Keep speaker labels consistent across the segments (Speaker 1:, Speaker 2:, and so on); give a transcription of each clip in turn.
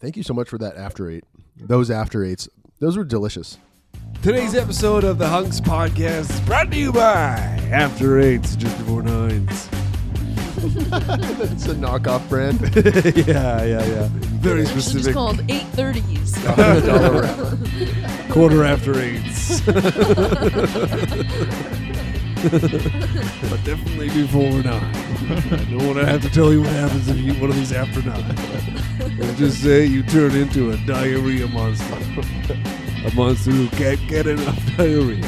Speaker 1: Thank you so much for that after eight. Those after eights, those were delicious.
Speaker 2: Today's episode of the Hunks Podcast is brought to you by After Eights, just before nines.
Speaker 1: It's a knockoff brand.
Speaker 2: yeah, yeah, yeah. Very specific.
Speaker 3: called 830s.
Speaker 2: Quarter after eights. but definitely before nine. I don't want to have to tell you what happens if you eat one of these after nine. Let's just say you turn into a diarrhea monster. A monster who can't get enough diarrhea.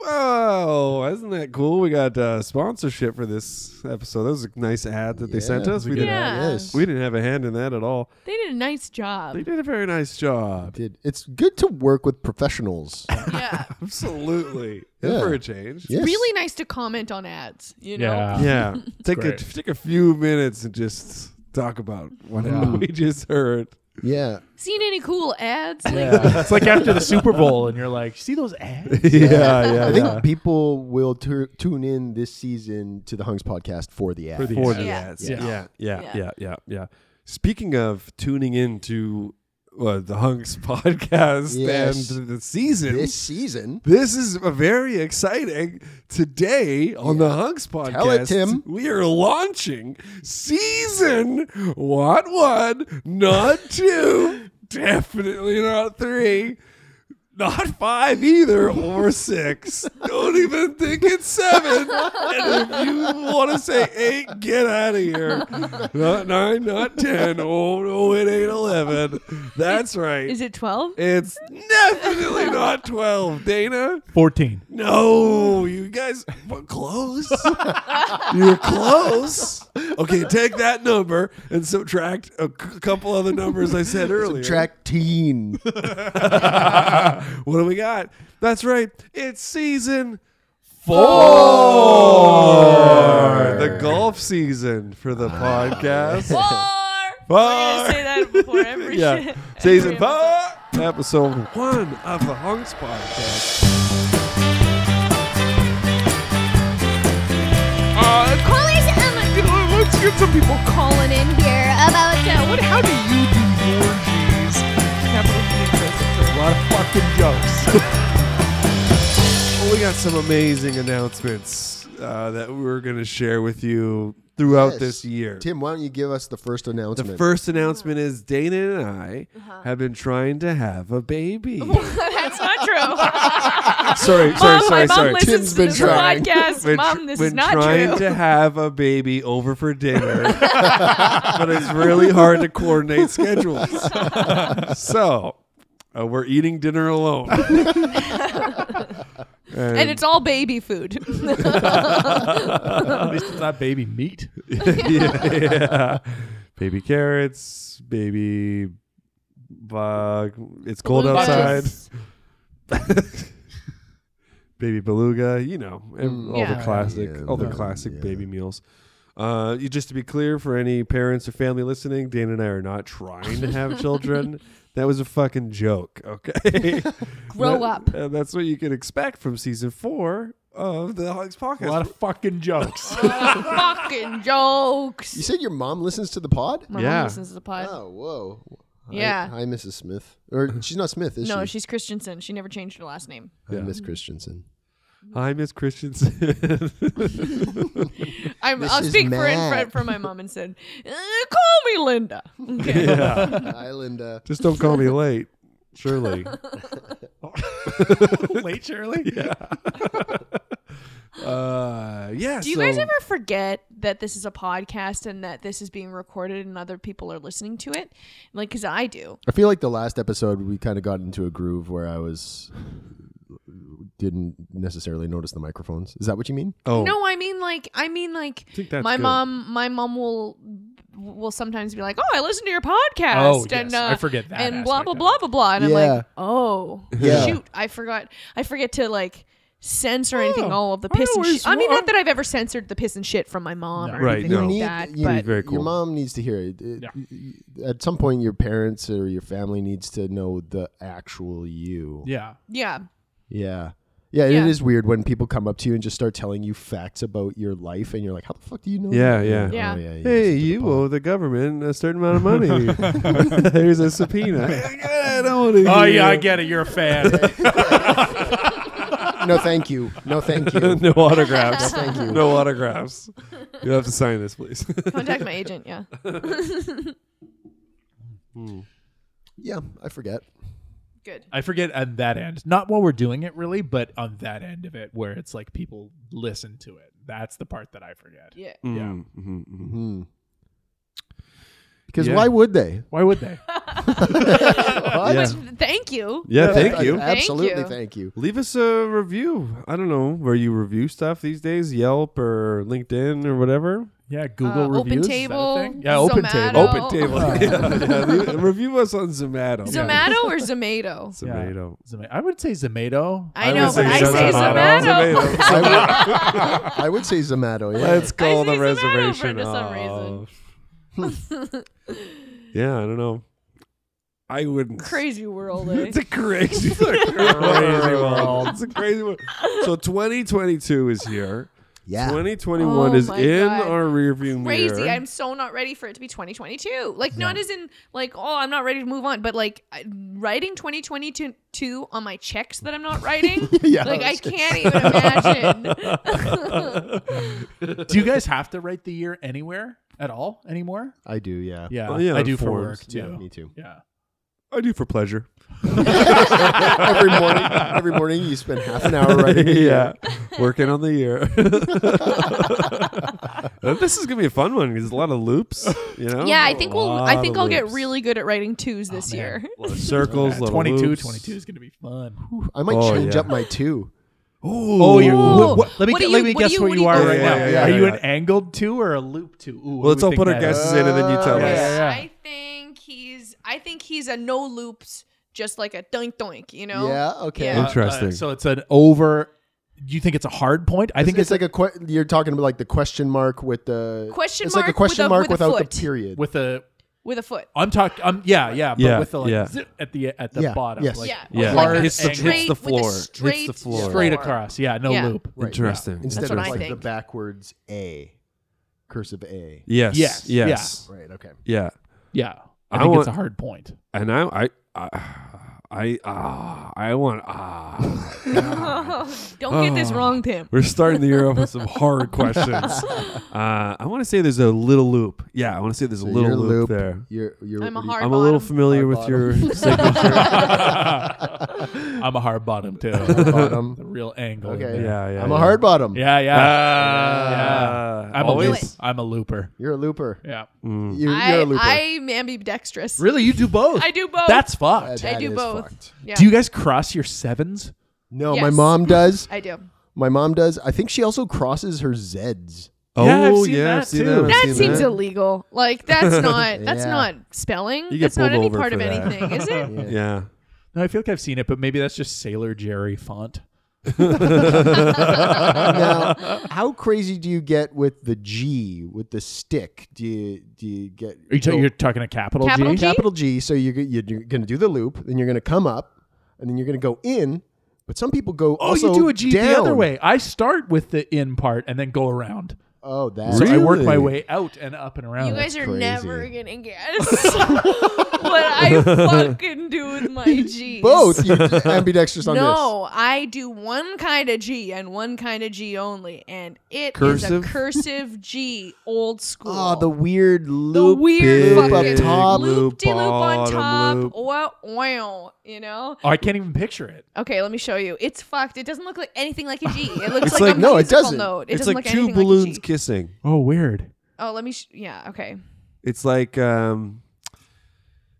Speaker 2: Wow, isn't that cool? We got uh, sponsorship for this episode. That was a nice ad that they sent
Speaker 1: Yeah,
Speaker 2: us.
Speaker 1: we
Speaker 2: We
Speaker 1: did.
Speaker 2: didn't,
Speaker 4: Yeah.
Speaker 1: Yes.
Speaker 2: we didn't have a hand in that at all.
Speaker 4: They did a nice job.
Speaker 2: They did a very nice job.
Speaker 1: Did- It's good to work with professionals.
Speaker 4: Yeah.
Speaker 2: Absolutely.
Speaker 1: Yeah.
Speaker 2: For a change.
Speaker 1: Yes.
Speaker 4: Really nice to comment on ads, you know?
Speaker 5: Yeah.
Speaker 2: Yeah. take a
Speaker 5: Great.
Speaker 2: take a few minutes and just talk about what we just heard.
Speaker 1: Yeah.
Speaker 4: Seen any cool ads? Like,
Speaker 5: it's like after the Super Bowl, and you're like, see those ads?
Speaker 2: Yeah, yeah.
Speaker 1: I think people will tur tune in this season to the Hunks podcast for the ad.
Speaker 2: for the
Speaker 5: For
Speaker 4: the Yeah.
Speaker 2: ads.
Speaker 5: Yeah.
Speaker 2: Yeah. Yeah. Yeah.
Speaker 4: Yeah.
Speaker 2: Yeah. Yeah. Speaking of tuning into uh, the Hunks podcast
Speaker 1: Yes.
Speaker 2: and the season.
Speaker 1: This season,
Speaker 2: this is a very exciting. Today on the Hunks podcast,
Speaker 1: Tell it, Tim.
Speaker 2: we are launching season what one, not two, definitely not three, not five either, or six. Don't even think it's seven. And if you want to say eight, get out of here. Not nine, not ten. Oh no, it ain't eleven. That's right.
Speaker 4: Is it 12?
Speaker 2: It's definitely not 12, Dana.
Speaker 5: 14.
Speaker 2: No, you guys were close. You're close. Okay, take that number and subtract a c- couple other numbers I said earlier.
Speaker 1: track teen.
Speaker 2: what do we got? That's right. It's season four. The golf season for the podcast.
Speaker 4: Four!
Speaker 2: Four.
Speaker 4: say that before every
Speaker 2: yeah.
Speaker 4: shit.
Speaker 2: Season
Speaker 4: Every episode.
Speaker 2: four, episode one of the Hunks podcast.
Speaker 6: Uh, callers, um, let's get some people calling in here about uh, what? How do you do your G's? Capital G, Christopher.
Speaker 5: A lot of fucking jokes.
Speaker 2: Well, we got some amazing announcements uh, that we're going to share with you throughout
Speaker 1: Yes.
Speaker 2: this year.
Speaker 1: Tim, why don't you give us the first announcement?
Speaker 2: the first announcement is Dana and I
Speaker 4: Uh-huh.
Speaker 2: have been trying to have a baby.
Speaker 4: That's not true.
Speaker 2: sorry, sorry,
Speaker 4: Mom,
Speaker 2: sorry,
Speaker 4: my mom
Speaker 2: sorry.
Speaker 4: listens
Speaker 1: Tim's
Speaker 4: to
Speaker 1: been
Speaker 4: this
Speaker 1: trying.
Speaker 4: podcast.
Speaker 2: We're tr-
Speaker 4: mom, this
Speaker 2: we're
Speaker 4: is not
Speaker 2: trying
Speaker 4: true.
Speaker 2: to have a baby over for dinner, but it's really hard to coordinate schedules. so uh, we're eating dinner alone.
Speaker 4: and it's all baby food.
Speaker 5: At least it's not baby meat.
Speaker 2: yeah, yeah. baby carrots, baby. Bug. It's cold
Speaker 4: Belugas.
Speaker 2: outside. baby beluga, you know, and all
Speaker 4: Mm, Yeah.
Speaker 2: the classic,
Speaker 1: Yeah,
Speaker 2: all the
Speaker 1: no,
Speaker 2: classic
Speaker 1: yeah.
Speaker 2: baby meals. Uh, you, just to be clear, for any parents or family listening, Dana and I are not trying to have children. That was a fucking joke, okay?
Speaker 4: Grow
Speaker 2: That-
Speaker 4: up.
Speaker 2: and that's what you can expect from season four of the Hogs Podcast.
Speaker 5: A lot of fucking jokes.
Speaker 4: Fucking
Speaker 1: you
Speaker 4: jokes.
Speaker 1: said your mom listens to the pod?
Speaker 4: My
Speaker 2: Yeah.
Speaker 4: mom listens to the pod.
Speaker 1: Oh, whoa. Hi-
Speaker 4: Yeah.
Speaker 1: Hi, Mrs. Smith. Or she's not Smith, is she?
Speaker 4: no, she's Christensen. She never changed her last name.
Speaker 1: Hi, Miss Christensen.
Speaker 2: Hi, Miss Christensen.
Speaker 4: I'm, I'll
Speaker 1: Mrs.
Speaker 4: speak for in
Speaker 1: Matt.
Speaker 4: front for my mom and said, "Uh, "Call me Linda." Okay.
Speaker 1: Hi, Linda.
Speaker 2: Just don't call me late. Surely.
Speaker 5: Late, Shirley? Yeah.
Speaker 2: Uh, yeah.
Speaker 4: Do you guys
Speaker 2: so-
Speaker 4: ever forget that this is a podcast and that this is being recorded and other people are listening to it? Like, because I do.
Speaker 1: I feel like the last episode we kind of got into a groove where I was didn't necessarily notice the microphones. Is that what you mean?
Speaker 2: Oh,
Speaker 4: No, I mean like I mean like
Speaker 2: think that's
Speaker 4: my
Speaker 2: good.
Speaker 4: mom. My mom will will sometimes be like, "Oh, I listen to your podcast,"
Speaker 5: Oh,
Speaker 4: and uh,
Speaker 5: yes. I forget that
Speaker 4: and blah
Speaker 5: aspect
Speaker 4: blah
Speaker 5: of
Speaker 4: blah
Speaker 5: it.
Speaker 4: blah blah, and I'm
Speaker 1: Yeah.
Speaker 4: like, "Oh,
Speaker 1: Yeah.
Speaker 4: shoot, I forgot. I forget to like." Censor anything,
Speaker 5: Oh,
Speaker 4: all of the
Speaker 5: I
Speaker 4: piss and
Speaker 5: always
Speaker 4: shit. I mean,
Speaker 5: wa-
Speaker 4: not that I've ever censored the piss and shit from my mom or
Speaker 2: Right,
Speaker 4: anything
Speaker 2: no.
Speaker 4: like
Speaker 1: need-
Speaker 4: that.
Speaker 1: you-
Speaker 4: but
Speaker 2: Very cool.
Speaker 1: Your mom needs to hear it. It- At some point, your parents or your family needs to know the actual you.
Speaker 5: Yeah.
Speaker 4: yeah,
Speaker 1: Yeah. Yeah, and
Speaker 4: Yeah.
Speaker 1: it is weird when people come up to you and just start telling you facts about your life, and you're like, "How the fuck do you know?"
Speaker 2: Yeah,
Speaker 1: that?"
Speaker 2: yeah.
Speaker 4: Yeah.
Speaker 1: Oh, yeah you
Speaker 2: Hey,
Speaker 1: listen to the
Speaker 2: you
Speaker 1: pod.
Speaker 2: owe the government a certain amount of money. Here's a subpoena. I don't want to
Speaker 5: Oh
Speaker 2: hear.
Speaker 5: yeah, I get it. You're a fan.
Speaker 1: No, thank you. No, thank you.
Speaker 2: no autographs.
Speaker 1: Thank you.
Speaker 2: No autographs. You have to sign this, please.
Speaker 4: contact my agent. Yeah,
Speaker 1: Yeah, I forget.
Speaker 4: good.
Speaker 5: I forget on that end. Not while we're doing it, really, but on that end of it, where it's like people listen to it. That's the part that I forget.
Speaker 4: Yeah,
Speaker 2: Mm, mhm, mhm.
Speaker 1: Because
Speaker 2: Yeah.
Speaker 1: why would they?
Speaker 5: Why would they?
Speaker 1: What?
Speaker 2: Yeah.
Speaker 4: thank you.
Speaker 2: Yeah, thank
Speaker 1: I-
Speaker 2: you.
Speaker 1: Absolutely,
Speaker 4: you.
Speaker 1: thank you.
Speaker 2: Leave us a review. I don't know where you review stuff these days, Yelp or LinkedIn or whatever.
Speaker 5: Yeah,
Speaker 4: Uh,
Speaker 5: Google reviews.
Speaker 4: Open
Speaker 5: is that a
Speaker 4: Table,
Speaker 5: thing? Yeah, open
Speaker 4: Zomato.
Speaker 5: table.
Speaker 2: Open table. yeah, yeah, leave- review us on Zomato.
Speaker 4: Zomato or Zomato?
Speaker 5: Yeah.
Speaker 2: Zomato.
Speaker 5: Zoma- I would say Zomato.
Speaker 4: I
Speaker 2: would
Speaker 4: know,
Speaker 2: say
Speaker 4: but I say
Speaker 2: Zomato.
Speaker 4: Zomato.
Speaker 2: Zomato.
Speaker 1: I would, I would say Zomato. Yeah.
Speaker 2: Let's call the
Speaker 4: say Zomato for
Speaker 2: reservation
Speaker 4: to some reason.
Speaker 2: off. yeah, I don't know. I wouldn't.
Speaker 4: Crazy world. eh?
Speaker 2: It's a crazy, it's a crazy world. It's a crazy world. So 2022 is here.
Speaker 1: yeah.
Speaker 2: 2021
Speaker 4: Oh
Speaker 2: is
Speaker 4: my
Speaker 2: in
Speaker 4: God.
Speaker 2: our rearview mirror.
Speaker 4: crazy. I'm so not ready for it to be 2022. Like, not as in, like, oh, I'm not ready to move on, but like I- writing 2022 on my checks that I'm not writing.
Speaker 1: Yeah,
Speaker 4: Like, I
Speaker 1: that's-
Speaker 4: can't even imagine.
Speaker 5: Do you guys have to write the year anywhere at all anymore?
Speaker 1: I do. Yeah.
Speaker 5: Yeah,
Speaker 2: Well, Uh, yeah,
Speaker 5: I
Speaker 2: on
Speaker 5: do for
Speaker 2: forms.
Speaker 5: work too.
Speaker 1: Yeah, me too.
Speaker 5: Yeah.
Speaker 2: I do for pleasure.
Speaker 1: every morning, every morning you spend half an hour writing. the
Speaker 2: yeah,
Speaker 1: year.
Speaker 2: working on the year. Uh, this is gonna be a fun one. 'cause There's a lot of loops. You know.
Speaker 4: yeah, I think
Speaker 2: A
Speaker 4: we'll. I
Speaker 2: lot
Speaker 4: think
Speaker 2: of
Speaker 4: I'll get
Speaker 2: loops.
Speaker 4: really good at writing twos this year.
Speaker 2: Lot of circles.
Speaker 5: Yeah,
Speaker 2: lot of
Speaker 5: 22,
Speaker 2: loops.
Speaker 5: 22 is going to be fun.
Speaker 1: I might
Speaker 2: Oh,
Speaker 1: change
Speaker 2: yeah.
Speaker 1: up my two.
Speaker 5: Oh, you're, wh-
Speaker 4: Ooh.
Speaker 5: wh- let me,
Speaker 4: What
Speaker 5: gu-
Speaker 4: do
Speaker 5: let
Speaker 4: you-
Speaker 5: me
Speaker 4: what do
Speaker 5: guess
Speaker 4: you-
Speaker 5: where
Speaker 4: what do
Speaker 5: you
Speaker 4: you
Speaker 5: are
Speaker 4: think?
Speaker 5: right
Speaker 2: Yeah,
Speaker 5: now.
Speaker 2: yeah, yeah,
Speaker 5: Are
Speaker 2: yeah,
Speaker 5: you
Speaker 2: yeah.
Speaker 5: an angled two or a loop two? Ooh,
Speaker 2: Well, let's all put our guesses in and then you tell
Speaker 1: Uh,
Speaker 2: us.
Speaker 5: Yeah, yeah.
Speaker 4: I think he's. I think he's a no loops, just like a doink doink. You know.
Speaker 1: Yeah. Okay.
Speaker 4: Yeah.
Speaker 2: Interesting.
Speaker 5: Uh, so it's an over. Do you think it's a hard point? I think it's,
Speaker 1: It's like a que- you're talking about like the question mark with the
Speaker 4: Question
Speaker 1: It's like
Speaker 4: mark
Speaker 1: a question
Speaker 4: with a-
Speaker 1: mark
Speaker 4: with a
Speaker 1: without
Speaker 4: foot.
Speaker 1: the period.
Speaker 5: with a.
Speaker 4: With a foot.
Speaker 5: I'm talking. Um, yeah, yeah, but
Speaker 2: Yeah,
Speaker 5: with the like
Speaker 2: yeah.
Speaker 5: zip at the at the
Speaker 1: Yeah,
Speaker 5: bottom.
Speaker 1: yes.
Speaker 5: Like,
Speaker 4: yeah.
Speaker 2: yeah.
Speaker 4: Like
Speaker 5: Hard
Speaker 4: a
Speaker 2: hits, the,
Speaker 5: angle.
Speaker 2: hits
Speaker 4: straight-
Speaker 2: the
Speaker 4: with a
Speaker 2: floor. hits
Speaker 4: straight
Speaker 2: the floor.
Speaker 5: Straight
Speaker 4: floor.
Speaker 5: across. Yeah, no
Speaker 4: Yeah.
Speaker 5: loop.
Speaker 1: Right,
Speaker 2: Interesting.
Speaker 1: Instead
Speaker 4: what
Speaker 1: of
Speaker 4: I
Speaker 1: like the
Speaker 4: think.
Speaker 1: backwards A, cursive A.
Speaker 2: Yes. Yes.
Speaker 5: Yes,
Speaker 2: Yes.
Speaker 1: Right. Okay.
Speaker 2: Yeah.
Speaker 5: Yeah,
Speaker 2: I
Speaker 5: I think
Speaker 2: want-
Speaker 5: it's a hard point.
Speaker 2: And I, I, I, I, ah, I want ah.
Speaker 4: Don't get this wrong, Tim.
Speaker 2: We're starting the year off with some hard questions. Uh, I want to say there's a little loop. Yeah, I want to say there's a
Speaker 1: So
Speaker 2: little
Speaker 1: your
Speaker 2: loop,
Speaker 1: loop,
Speaker 2: there.
Speaker 1: You're. you're
Speaker 4: I'm a
Speaker 1: what do you-
Speaker 4: hard.
Speaker 2: I'm a little
Speaker 4: bottom.
Speaker 2: familiar
Speaker 1: Hard
Speaker 2: with your
Speaker 1: bottom.
Speaker 2: signature.
Speaker 5: I'm a hard bottom too.
Speaker 1: bottom.
Speaker 5: the real angle.
Speaker 1: Okay.
Speaker 2: Yeah, yeah,
Speaker 1: I'm
Speaker 2: yeah.
Speaker 1: a hard bottom.
Speaker 5: Yeah, yeah.
Speaker 2: Ah.
Speaker 5: yeah. I'm a loop.
Speaker 2: Always.
Speaker 5: I'm a looper.
Speaker 1: You're a looper.
Speaker 5: Yeah.
Speaker 1: You're, you're a looper.
Speaker 4: I, I'm ambidextrous.
Speaker 5: Mm. Really, you do both.
Speaker 4: I do both.
Speaker 5: That's fucked.
Speaker 1: Uh,
Speaker 4: I
Speaker 1: that
Speaker 4: do
Speaker 1: is
Speaker 4: both.
Speaker 1: fucked.
Speaker 4: Yeah.
Speaker 5: Do you guys cross your sevens?
Speaker 1: No, my
Speaker 4: Yes.
Speaker 1: mom does.
Speaker 4: I do.
Speaker 1: My mom does. I think she also crosses her Z's.
Speaker 2: Oh
Speaker 5: Yeah, I've seen
Speaker 2: yeah,
Speaker 5: that
Speaker 2: I've seen
Speaker 5: too.
Speaker 2: I've
Speaker 4: That
Speaker 2: seen
Speaker 4: seems
Speaker 2: that.
Speaker 4: illegal. Like that's not that's
Speaker 1: Yeah.
Speaker 4: not spelling.
Speaker 2: You get
Speaker 4: That's not
Speaker 2: pulled
Speaker 4: any
Speaker 2: over
Speaker 4: part
Speaker 2: for
Speaker 4: of
Speaker 2: that.
Speaker 4: anything, is it?
Speaker 2: Yeah.
Speaker 5: No, I feel like I've seen it, but maybe that's just Sailor Jerry font.
Speaker 1: now, how crazy do you get with the G with the stick? Do you do you get?
Speaker 5: Are you ta-
Speaker 1: so
Speaker 5: you're talking a capital,
Speaker 4: Capital
Speaker 5: G?
Speaker 4: G?
Speaker 1: capital G? So you you're going to do the loop, then you're going to come up, and then you're going to go in. But some people go.
Speaker 5: Oh,
Speaker 1: also
Speaker 5: you do a G the
Speaker 1: down.
Speaker 5: other way. I start with the in part and then go around.
Speaker 1: Oh, that.
Speaker 5: So I work my
Speaker 2: Really?
Speaker 5: way out and up and around.
Speaker 4: You guys are
Speaker 1: crazy.
Speaker 4: never gonna guess what I fucking do with my G's.
Speaker 1: both. You're ambidextrous on
Speaker 4: No, I do one kind of G and one kind of G only, and it is
Speaker 2: Cursive? Ah,
Speaker 4: a cursive G, old school.
Speaker 1: this. Oh, the weird
Speaker 4: The
Speaker 1: loop.
Speaker 4: weird
Speaker 1: loop up
Speaker 4: fucking
Speaker 1: top,
Speaker 4: loop de loop on
Speaker 2: bottom
Speaker 4: top.
Speaker 2: loop.
Speaker 4: Wow, wow, you know.
Speaker 5: Oh, I can't even picture it.
Speaker 4: Okay, let me show you. It's fucked. It doesn't look like anything like a G. It looks
Speaker 1: It's
Speaker 4: like,
Speaker 1: like-
Speaker 4: a
Speaker 1: no, it
Speaker 4: musical
Speaker 1: doesn't.
Speaker 4: Note. It
Speaker 2: It's
Speaker 4: doesn't
Speaker 2: like
Speaker 4: look
Speaker 2: two
Speaker 4: anything like a
Speaker 2: balloons
Speaker 4: G.
Speaker 2: kissing.
Speaker 5: Oh, weird.
Speaker 4: Oh, let me. Sh- yeah. Okay.
Speaker 2: It's like um,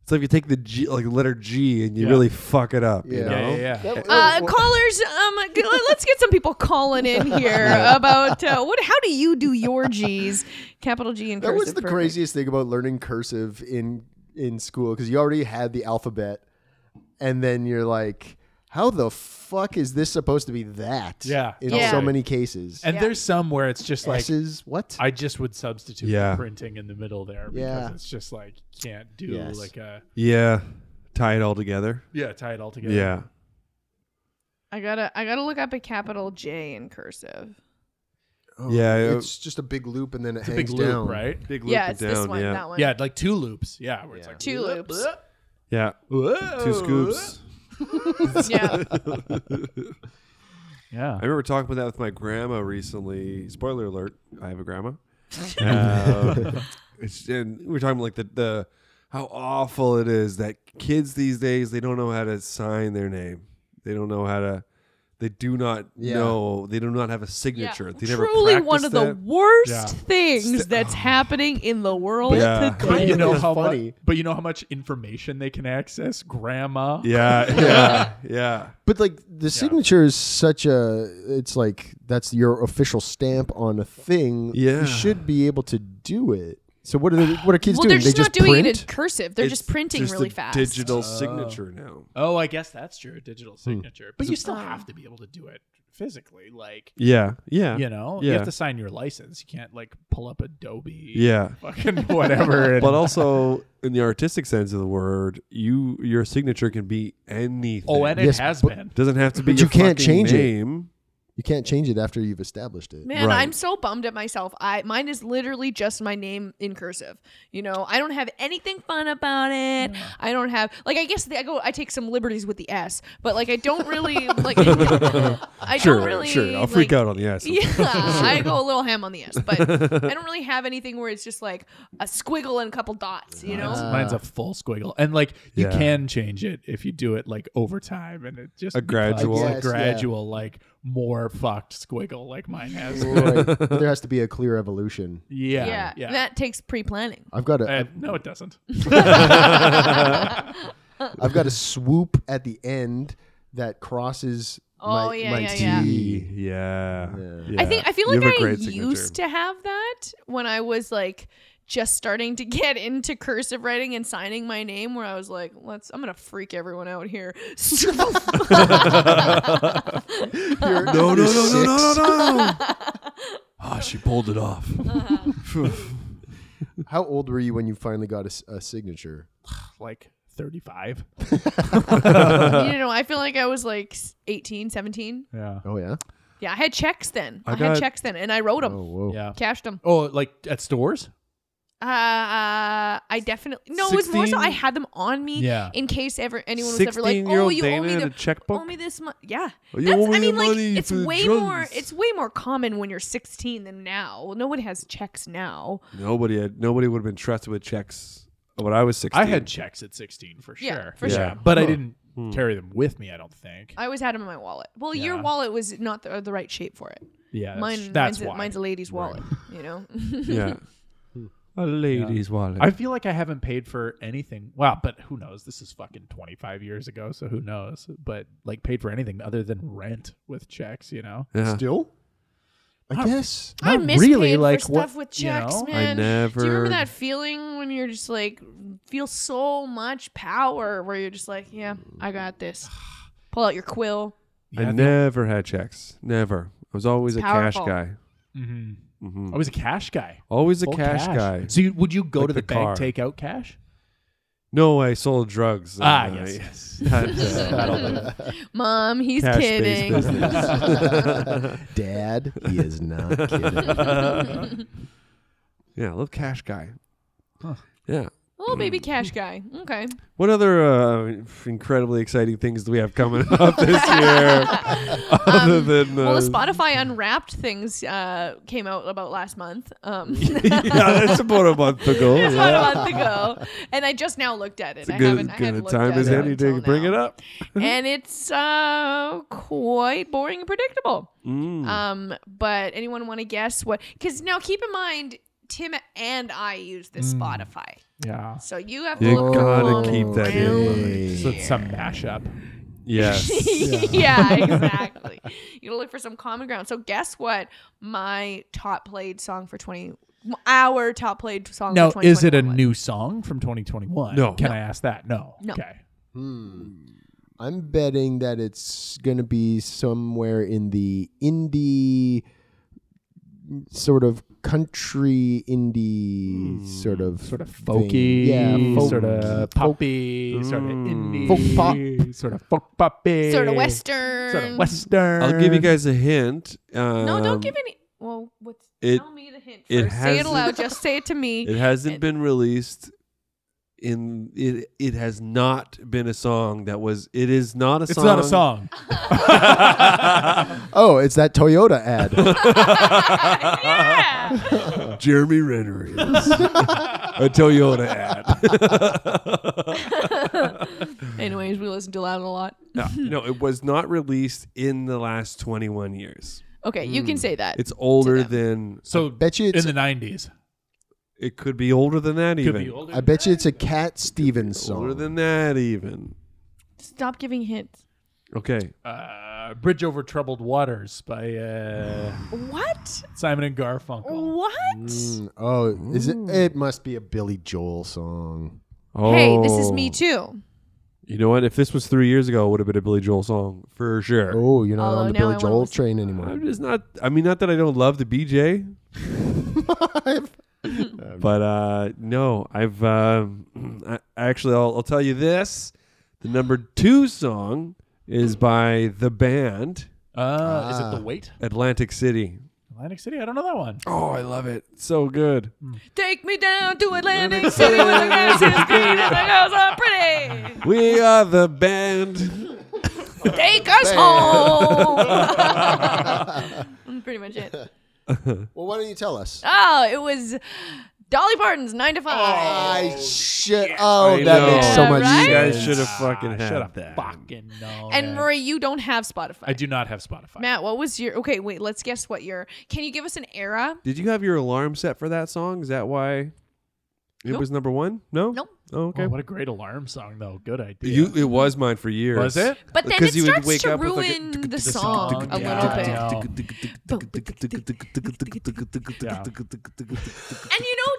Speaker 2: It's like if you take the G, like letter G, and you
Speaker 5: Yeah.
Speaker 2: really fuck it up. You
Speaker 1: Yeah.
Speaker 2: know?
Speaker 5: Yeah, yeah, yeah.
Speaker 4: Uh, callers, um, g- let- let's get some people calling in here about uh, what. How do you do your G's? Capital G and
Speaker 1: That was
Speaker 4: cursive
Speaker 1: the
Speaker 4: perfect.
Speaker 1: craziest thing about learning cursive in in school because you already had the alphabet, and then you're like, how the fuck is this supposed to be that?
Speaker 5: Yeah,
Speaker 1: in
Speaker 4: Yeah.
Speaker 1: so many cases,
Speaker 5: And there's some where it's just like
Speaker 1: S's what?
Speaker 5: I just would substitute
Speaker 2: Yeah.
Speaker 5: the printing in the middle there because
Speaker 1: Yeah.
Speaker 5: it's just like can't do
Speaker 1: Yes.
Speaker 5: like a
Speaker 2: Yeah. Tie it all together.
Speaker 5: yeah tie it all together.
Speaker 2: Yeah.
Speaker 4: I gotta, I gotta look up a capital J in cursive.
Speaker 1: Oh,
Speaker 2: Yeah, it-
Speaker 1: it's just a big loop, and then it
Speaker 5: It's a
Speaker 1: hangs
Speaker 5: big loop,
Speaker 1: down.
Speaker 5: right?
Speaker 2: Big loop
Speaker 4: Yeah,
Speaker 2: it
Speaker 4: it's
Speaker 2: down.
Speaker 4: this one,
Speaker 2: yeah.
Speaker 4: that one.
Speaker 5: Yeah, like two loops. Yeah, where it's like
Speaker 4: two loops.
Speaker 2: Yeah. Two scoops.
Speaker 4: yeah,
Speaker 5: Yeah.
Speaker 2: I remember talking about that with my grandma recently. Spoiler alert: I have a grandma. Um, it's- and we were talking about like the, the how awful it is that kids these days they don't know how to sign their name. They don't know how to. They do not
Speaker 1: Yeah.
Speaker 2: know. They do not have a signature. They never
Speaker 4: truly one
Speaker 2: practice
Speaker 4: of the
Speaker 2: that.
Speaker 4: worst
Speaker 5: Yeah.
Speaker 4: things that's happening in the world
Speaker 2: Yeah.
Speaker 5: But
Speaker 4: today.
Speaker 5: you know
Speaker 1: It's
Speaker 5: how funny.
Speaker 1: funny.
Speaker 5: but you know how much information they can access. Grandma.
Speaker 2: Yeah, yeah, yeah.
Speaker 1: But like the signature is such a, it's like that's your official stamp on a thing.
Speaker 2: Yeah.
Speaker 1: you should be able to do it. So what are the, what are kids
Speaker 4: Well,
Speaker 1: doing?
Speaker 4: they're just,
Speaker 1: they
Speaker 4: not doing
Speaker 1: print?
Speaker 4: it in cursive. They're just
Speaker 2: It's
Speaker 4: printing
Speaker 2: just
Speaker 4: really
Speaker 2: a
Speaker 4: fast.
Speaker 2: Digital signature now.
Speaker 5: Oh, I guess that's true. a Digital
Speaker 2: Hmm.
Speaker 5: signature, but you still have to be able to do it physically. Like
Speaker 2: Yeah, yeah.
Speaker 5: you know, you
Speaker 2: yeah.
Speaker 5: have to sign your license. You can't like pull up Adobe.
Speaker 2: Yeah.
Speaker 5: Fucking whatever. and-
Speaker 2: But also, in the artistic sense of the word, you your signature can be anything.
Speaker 5: oh, and it
Speaker 1: Yes,
Speaker 5: has
Speaker 1: but-
Speaker 5: been.
Speaker 2: doesn't have to be.
Speaker 1: But
Speaker 2: your
Speaker 1: you can't
Speaker 2: fucking
Speaker 1: change it.
Speaker 2: name.
Speaker 1: You can't change it after you've established it.
Speaker 4: Man,
Speaker 2: Right.
Speaker 4: I'm so bummed at myself. I mine is literally just my name in cursive. You know, I don't have anything fun about it. I don't have like I guess the, I go I take some liberties with the S, but like I don't really like I
Speaker 2: Sure,
Speaker 4: don't really
Speaker 2: sure. I'll freak
Speaker 4: like-
Speaker 2: out on the ass.
Speaker 4: Yeah, I go a little ham on the S, but I don't really have anything where it's just like a squiggle and a couple dots, you know?
Speaker 5: Mine's, mine's a full squiggle, and like you
Speaker 2: Yeah.
Speaker 5: can change it if you do it like over time, and it just
Speaker 2: A gradual-
Speaker 5: becomes
Speaker 1: Yes,
Speaker 5: a
Speaker 1: yeah.
Speaker 5: gradual like more fucked squiggle, like mine has.
Speaker 1: Right. But there has to be a clear evolution.
Speaker 5: Yeah,
Speaker 4: yeah,
Speaker 5: yeah.
Speaker 4: That takes pre planning.
Speaker 1: I've got a
Speaker 5: Uh, no, it doesn't.
Speaker 1: I've got a swoop at the end that crosses
Speaker 4: Oh,
Speaker 1: my,
Speaker 4: yeah,
Speaker 1: my
Speaker 4: yeah,
Speaker 1: T.
Speaker 4: yeah.
Speaker 2: E, Yeah.
Speaker 1: Yeah.
Speaker 4: I think I feel
Speaker 2: You
Speaker 4: like
Speaker 2: have a
Speaker 4: I
Speaker 2: great signature.
Speaker 4: used to have that when I was like just starting to get into cursive writing and signing my name where I was like, let's I'm gonna freak everyone out here.
Speaker 1: You're-
Speaker 2: No, no, no, no,
Speaker 1: you're
Speaker 2: no,
Speaker 1: six.
Speaker 2: no, no. oh, she pulled it off.
Speaker 1: How old were you when you finally got a s- a, signature?
Speaker 5: Like thirty-five.
Speaker 4: you know, I feel like I was like 18, 17.
Speaker 5: Yeah,
Speaker 1: Oh yeah.
Speaker 4: Yeah, I had checks then. I,
Speaker 2: I
Speaker 4: had
Speaker 2: got-
Speaker 4: checks then and I wrote them.
Speaker 1: Oh whoa.
Speaker 5: yeah.
Speaker 4: Cashed them.
Speaker 5: Oh, like at stores?
Speaker 4: Uh, I definitely no. It was more so
Speaker 2: 16?
Speaker 4: I had them on me,
Speaker 5: Yeah.
Speaker 4: in case ever anyone was ever like, "Oh,
Speaker 2: Sixteen-year-old
Speaker 4: you owe
Speaker 2: Dana
Speaker 4: me
Speaker 2: had
Speaker 4: the
Speaker 2: a checkbook.
Speaker 4: Owe me this much. Yeah.
Speaker 2: Oh, you
Speaker 4: That's-
Speaker 2: owe me
Speaker 4: I mean,
Speaker 2: the money
Speaker 4: like, it's
Speaker 2: for the
Speaker 4: way more.
Speaker 2: drugs.
Speaker 4: It's way more common when you're 16 than now. Well, nobody has checks now.
Speaker 2: Nobody had. Nobody would have been trusted with checks when I was sixteen.
Speaker 5: I had checks at sixteen for
Speaker 4: Yeah,
Speaker 5: sure.
Speaker 4: for
Speaker 2: Yeah. Hmm. sure.
Speaker 5: but I didn't carry them with me. I don't think.
Speaker 4: I always had them in my wallet. Well, your
Speaker 5: Yeah.
Speaker 4: wallet was not the, the right shape for it.
Speaker 5: yeah, that's,
Speaker 4: Mine,
Speaker 5: that's
Speaker 4: mine's, a-
Speaker 5: why.
Speaker 4: mine's a lady's wallet. You know.
Speaker 2: Yeah. A lady's wallet.
Speaker 5: I feel like I haven't paid for anything. Wow, but who knows? This is fucking 25 years ago, so who knows? But like paid for anything other than rent with checks, you know?
Speaker 2: Yeah.
Speaker 1: Still? I
Speaker 5: Huh.
Speaker 1: guess.
Speaker 4: I
Speaker 5: Not
Speaker 4: miss
Speaker 5: really,
Speaker 4: paying for
Speaker 5: like, what-
Speaker 4: stuff with
Speaker 5: you
Speaker 4: checks,
Speaker 5: know? I
Speaker 4: man. Do you
Speaker 2: never-
Speaker 4: remember that feeling when you're just like feel so much power, where you're just like, yeah, I got this. Pull out your quill.
Speaker 2: I never had checks. Never. I was always
Speaker 4: It's
Speaker 2: a
Speaker 4: powerful.
Speaker 2: cash guy.
Speaker 5: Mhm.
Speaker 2: Mhm.
Speaker 5: I was a cash guy.
Speaker 2: Always a
Speaker 5: Full
Speaker 2: cash, guy.
Speaker 5: So you, would you go
Speaker 2: Like
Speaker 5: to the,
Speaker 2: the car.
Speaker 5: bank, take out cash?
Speaker 2: No, I sold drugs. and
Speaker 5: ah,
Speaker 2: I-
Speaker 5: yes.
Speaker 2: had,
Speaker 5: yes.
Speaker 2: uh,
Speaker 5: That'll do.
Speaker 4: Mom, he's
Speaker 2: cash-based
Speaker 4: kidding.
Speaker 2: business.
Speaker 1: Dad, he is not kidding.
Speaker 2: yeah, little cash guy. Yeah.
Speaker 4: Little
Speaker 2: Mm.
Speaker 4: baby cash guy. Okay.
Speaker 2: What other uh, incredibly exciting things do we have coming up this year?
Speaker 5: Um,
Speaker 2: other than
Speaker 4: Um, Well,
Speaker 2: uh,
Speaker 4: the Spotify Unwrapped things uh, came out about last month. Um,
Speaker 2: yeah, that's about a month ago. yeah.
Speaker 4: about a month ago, and I just now looked at
Speaker 2: Oh,
Speaker 4: it.
Speaker 2: It's a
Speaker 4: I
Speaker 2: good,
Speaker 4: haven't. I
Speaker 2: good
Speaker 4: hadn't looked
Speaker 2: time
Speaker 4: at
Speaker 2: as
Speaker 4: it
Speaker 2: any
Speaker 4: until
Speaker 2: to bring
Speaker 4: now.
Speaker 2: it up.
Speaker 4: and it's uh, quite
Speaker 2: Mm.
Speaker 4: boring and predictable. Um, but anyone want to guess what? Because now keep in mind, Tim and I use this
Speaker 5: Mm.
Speaker 4: Spotify.
Speaker 5: Yeah.
Speaker 4: So you have to
Speaker 2: You
Speaker 4: look
Speaker 2: gotta
Speaker 5: Oh,
Speaker 4: along.
Speaker 2: keep that in.
Speaker 5: So it's some mashup.
Speaker 2: Yes.
Speaker 4: yeah, exactly. You gotta look for some common ground. So guess what? My top played song for twenty our top played
Speaker 1: Oh,
Speaker 4: song.
Speaker 5: Now,
Speaker 4: for
Speaker 5: is it a
Speaker 4: 2021 was.
Speaker 5: new song from 2021?
Speaker 2: No.
Speaker 5: Can I ask that? No.
Speaker 4: No.
Speaker 5: Okay.
Speaker 1: I'm betting that it's going to be somewhere in the indie sort of country
Speaker 2: Hmm.
Speaker 1: indie sort of
Speaker 5: Sort of
Speaker 1: thing.
Speaker 5: folky,
Speaker 1: yeah, folk,
Speaker 5: sort
Speaker 2: Mm.
Speaker 5: of poppy, sort of indie, folk pop, sort of folk poppy,
Speaker 4: sort of western?
Speaker 5: sort of western.
Speaker 2: I'll give you guys a hint. Um,
Speaker 4: No, don't give any. Well, what's
Speaker 2: it-
Speaker 4: tell me the hint
Speaker 2: it
Speaker 4: first. say it
Speaker 2: hasn't-
Speaker 4: aloud. Just say it to me.
Speaker 2: It hasn't been released. In it, it has not been a song that was. It is not a
Speaker 5: It's
Speaker 2: song.
Speaker 5: not a song.
Speaker 1: Oh, it's that Toyota ad.
Speaker 4: yeah.
Speaker 2: Jeremy Renner is a Toyota ad.
Speaker 4: Anyways, we listen to loud a lot.
Speaker 2: no, no, it was not released in the last 21 years.
Speaker 4: Okay, you can say that.
Speaker 2: Hmm. It's older than
Speaker 5: So
Speaker 1: bet you it's-
Speaker 5: in the 90s.
Speaker 2: it could be older than that
Speaker 5: Could
Speaker 2: even.
Speaker 5: be older.
Speaker 1: I bet you it's a Cat Stevens
Speaker 2: Older
Speaker 1: song.
Speaker 2: than that even.
Speaker 4: Stop giving hints.
Speaker 2: Okay.
Speaker 5: Uh, Bridge over Troubled Waters by uh,
Speaker 4: What?
Speaker 5: Simon and Garfunkel.
Speaker 4: What?
Speaker 1: Mm, Oh, is it?
Speaker 5: Hmm.
Speaker 1: It must be a Billy Joel song.
Speaker 2: Oh.
Speaker 4: Hey, this is me too.
Speaker 2: You know what? If this was three years ago, it would have been a Billy Joel song for sure.
Speaker 1: Oh, you're not
Speaker 4: Although
Speaker 1: on the
Speaker 4: now I
Speaker 1: Billy
Speaker 4: wanna
Speaker 1: Joel
Speaker 4: listen.
Speaker 1: train
Speaker 2: I'm
Speaker 1: anymore.
Speaker 2: just not. I mean, not that I don't love the BJ, but uh, no, I've um I, actually I'll, I'll tell you this: the number two song is by the band
Speaker 5: Uh, Is
Speaker 2: Ah.
Speaker 5: it The Wait?
Speaker 2: Atlantic City.
Speaker 5: Atlantic City? I don't know that one.
Speaker 2: Oh, I love it! So good.
Speaker 4: Take me down to Atlantic City where the grass is green and the girls are pretty.
Speaker 2: We are the band.
Speaker 4: Take us home. Pretty much it.
Speaker 1: Well, why don't you tell us?
Speaker 4: Oh, it was Dolly Parton's nine to
Speaker 2: Ah,
Speaker 4: five.
Speaker 1: I shit. Oh, that
Speaker 2: know.
Speaker 1: makes so
Speaker 4: Yeah,
Speaker 1: much
Speaker 4: right?
Speaker 2: You
Speaker 1: sense.
Speaker 2: guys should have fucking had
Speaker 5: Ah, Shut up.
Speaker 2: that.
Speaker 5: Fucking no.
Speaker 4: and Marie, you don't have Spotify.
Speaker 5: I do not have Spotify.
Speaker 4: Matt, what was your? Okay, wait. Let's guess what your. Can you give us an era?
Speaker 2: Did you have your alarm set for that song? Is that why it
Speaker 4: Nope.
Speaker 2: was number one? No.
Speaker 4: Nope.
Speaker 2: Oh, okay.
Speaker 5: Oh, what a great alarm song, though. Good idea.
Speaker 2: You it was mine for years.
Speaker 5: Was it?
Speaker 4: But then
Speaker 2: Because
Speaker 4: it
Speaker 2: you would
Speaker 4: starts
Speaker 2: wake
Speaker 4: to
Speaker 2: up with, like, a
Speaker 4: ruin the,
Speaker 5: song,
Speaker 4: song a
Speaker 5: yeah.
Speaker 4: little bit.
Speaker 5: Yeah.
Speaker 4: And you know,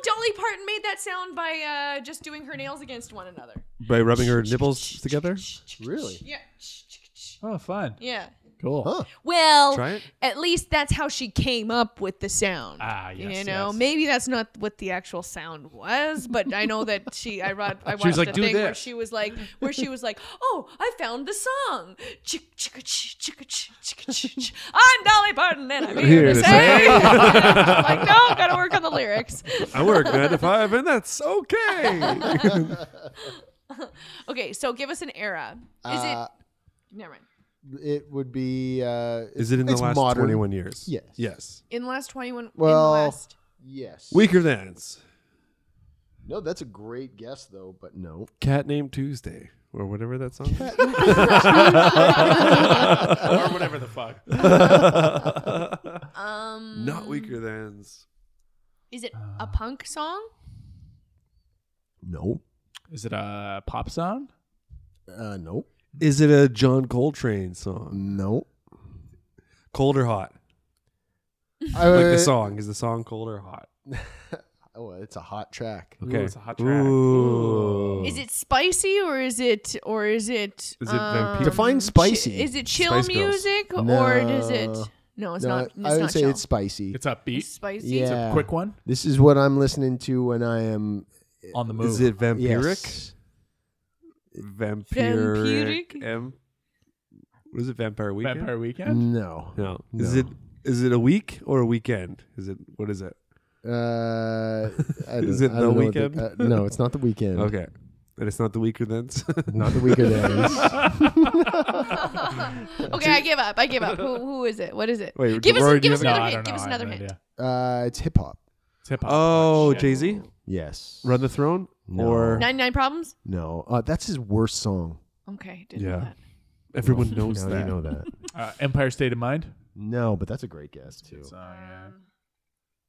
Speaker 4: Dolly Parton made that sound by uh, just doing her nails against one another.
Speaker 2: By rubbing her nipples together?
Speaker 1: Really?
Speaker 4: Yeah.
Speaker 5: Oh, fun.
Speaker 4: Yeah.
Speaker 5: Cool.
Speaker 4: Well,
Speaker 2: Try it.
Speaker 4: at least that's how she came up with the sound.
Speaker 5: Ah, yes,
Speaker 4: You know,
Speaker 5: yes.
Speaker 4: maybe that's not what the actual sound was, but I know that she. I read. I watched
Speaker 5: was like,
Speaker 4: a
Speaker 5: "Do
Speaker 4: thing where
Speaker 5: this."
Speaker 4: she was like, where she was like, "Oh, I found the song. Chick, chicka, ch- chicka, ch- chicka, ch- ch- I'm Dolly Parton, and I'm here, to, say." like, no, gotta work on the lyrics.
Speaker 2: I work nine to five and that's okay.
Speaker 4: Okay, so give us an era. Is
Speaker 1: Uh,
Speaker 4: it? Never mind.
Speaker 1: It would be. Uh,
Speaker 2: Is it in the
Speaker 1: it's
Speaker 2: last
Speaker 1: modern.
Speaker 2: twenty one years?
Speaker 1: Yes.
Speaker 2: Yes.
Speaker 4: In the last twenty-one.
Speaker 1: Well-
Speaker 4: in the last.
Speaker 1: Yes.
Speaker 2: Weaker Thans.
Speaker 1: No, that's a great guess though, but no.
Speaker 2: Cat Name Tuesday. Or whatever that song is.
Speaker 5: or whatever the fuck.
Speaker 4: Um,
Speaker 2: Not Weaker Thans.
Speaker 4: Is it a punk song?
Speaker 1: No.
Speaker 5: Is it a pop song?
Speaker 1: Uh, no.
Speaker 2: Is it a John Coltrane song?
Speaker 1: No.
Speaker 2: Cold or Hot?
Speaker 1: I,
Speaker 2: Like the song. Is the song Cold or Hot?
Speaker 1: Uh, Oh, it's a hot track.
Speaker 2: Okay.
Speaker 5: it's a hot track.
Speaker 2: Ooh.
Speaker 4: Is it spicy or is it or is it um,
Speaker 2: Is it vampire-
Speaker 1: Define
Speaker 4: chi-
Speaker 1: spicy.
Speaker 4: is it chill
Speaker 2: Spice Girls.
Speaker 4: music
Speaker 1: No.
Speaker 4: or does it? No, it's
Speaker 1: no,
Speaker 4: not. It's
Speaker 1: I would
Speaker 4: not
Speaker 1: say
Speaker 4: chill.
Speaker 1: it's spicy.
Speaker 5: It's upbeat.
Speaker 4: It's spicy.
Speaker 1: yeah.
Speaker 5: Quick one
Speaker 1: This is what I'm listening to when I am.
Speaker 5: on the move.
Speaker 2: Is it vampiric?
Speaker 1: Yes.
Speaker 2: Vampiric.
Speaker 4: Vampiric?
Speaker 2: M- what is it? Vampire Weekend.
Speaker 5: Vampire Weekend?
Speaker 1: No.
Speaker 2: No. Is
Speaker 1: No.
Speaker 2: it is it a week or a weekend? Is it what is it?
Speaker 1: Uh, I don't-
Speaker 2: Is it
Speaker 1: I don't
Speaker 2: The
Speaker 1: know what
Speaker 2: Weeknd?
Speaker 1: uh, no, it's not the weekend.
Speaker 2: Okay. And it's not the weaker then.
Speaker 1: Not the weekend.
Speaker 4: okay, I give up. I give up. Who, who is it? What is it?
Speaker 2: Wait,
Speaker 4: give us,
Speaker 2: Rory, do
Speaker 4: give
Speaker 2: you
Speaker 4: us
Speaker 2: have any-
Speaker 4: another
Speaker 5: No, I
Speaker 4: hint.
Speaker 5: don't know.
Speaker 4: Give us
Speaker 5: I
Speaker 4: another
Speaker 5: have no
Speaker 4: hint.
Speaker 5: idea.
Speaker 1: uh, it's hip hop.
Speaker 5: It's hip hop.
Speaker 2: oh,
Speaker 5: Shit.
Speaker 2: Jay Z,
Speaker 1: Yes.
Speaker 2: Run the Throne,
Speaker 1: No.
Speaker 2: or
Speaker 4: Ninety-nine problems.
Speaker 1: No. Uh, that's his worst song.
Speaker 4: Okay, didn't
Speaker 2: Yeah.
Speaker 4: know that.
Speaker 2: everyone knows
Speaker 1: now
Speaker 2: that.
Speaker 1: you know that.
Speaker 5: Uh, Empire State of Mind?
Speaker 1: No, but that's a great guess too.
Speaker 5: Song, yeah.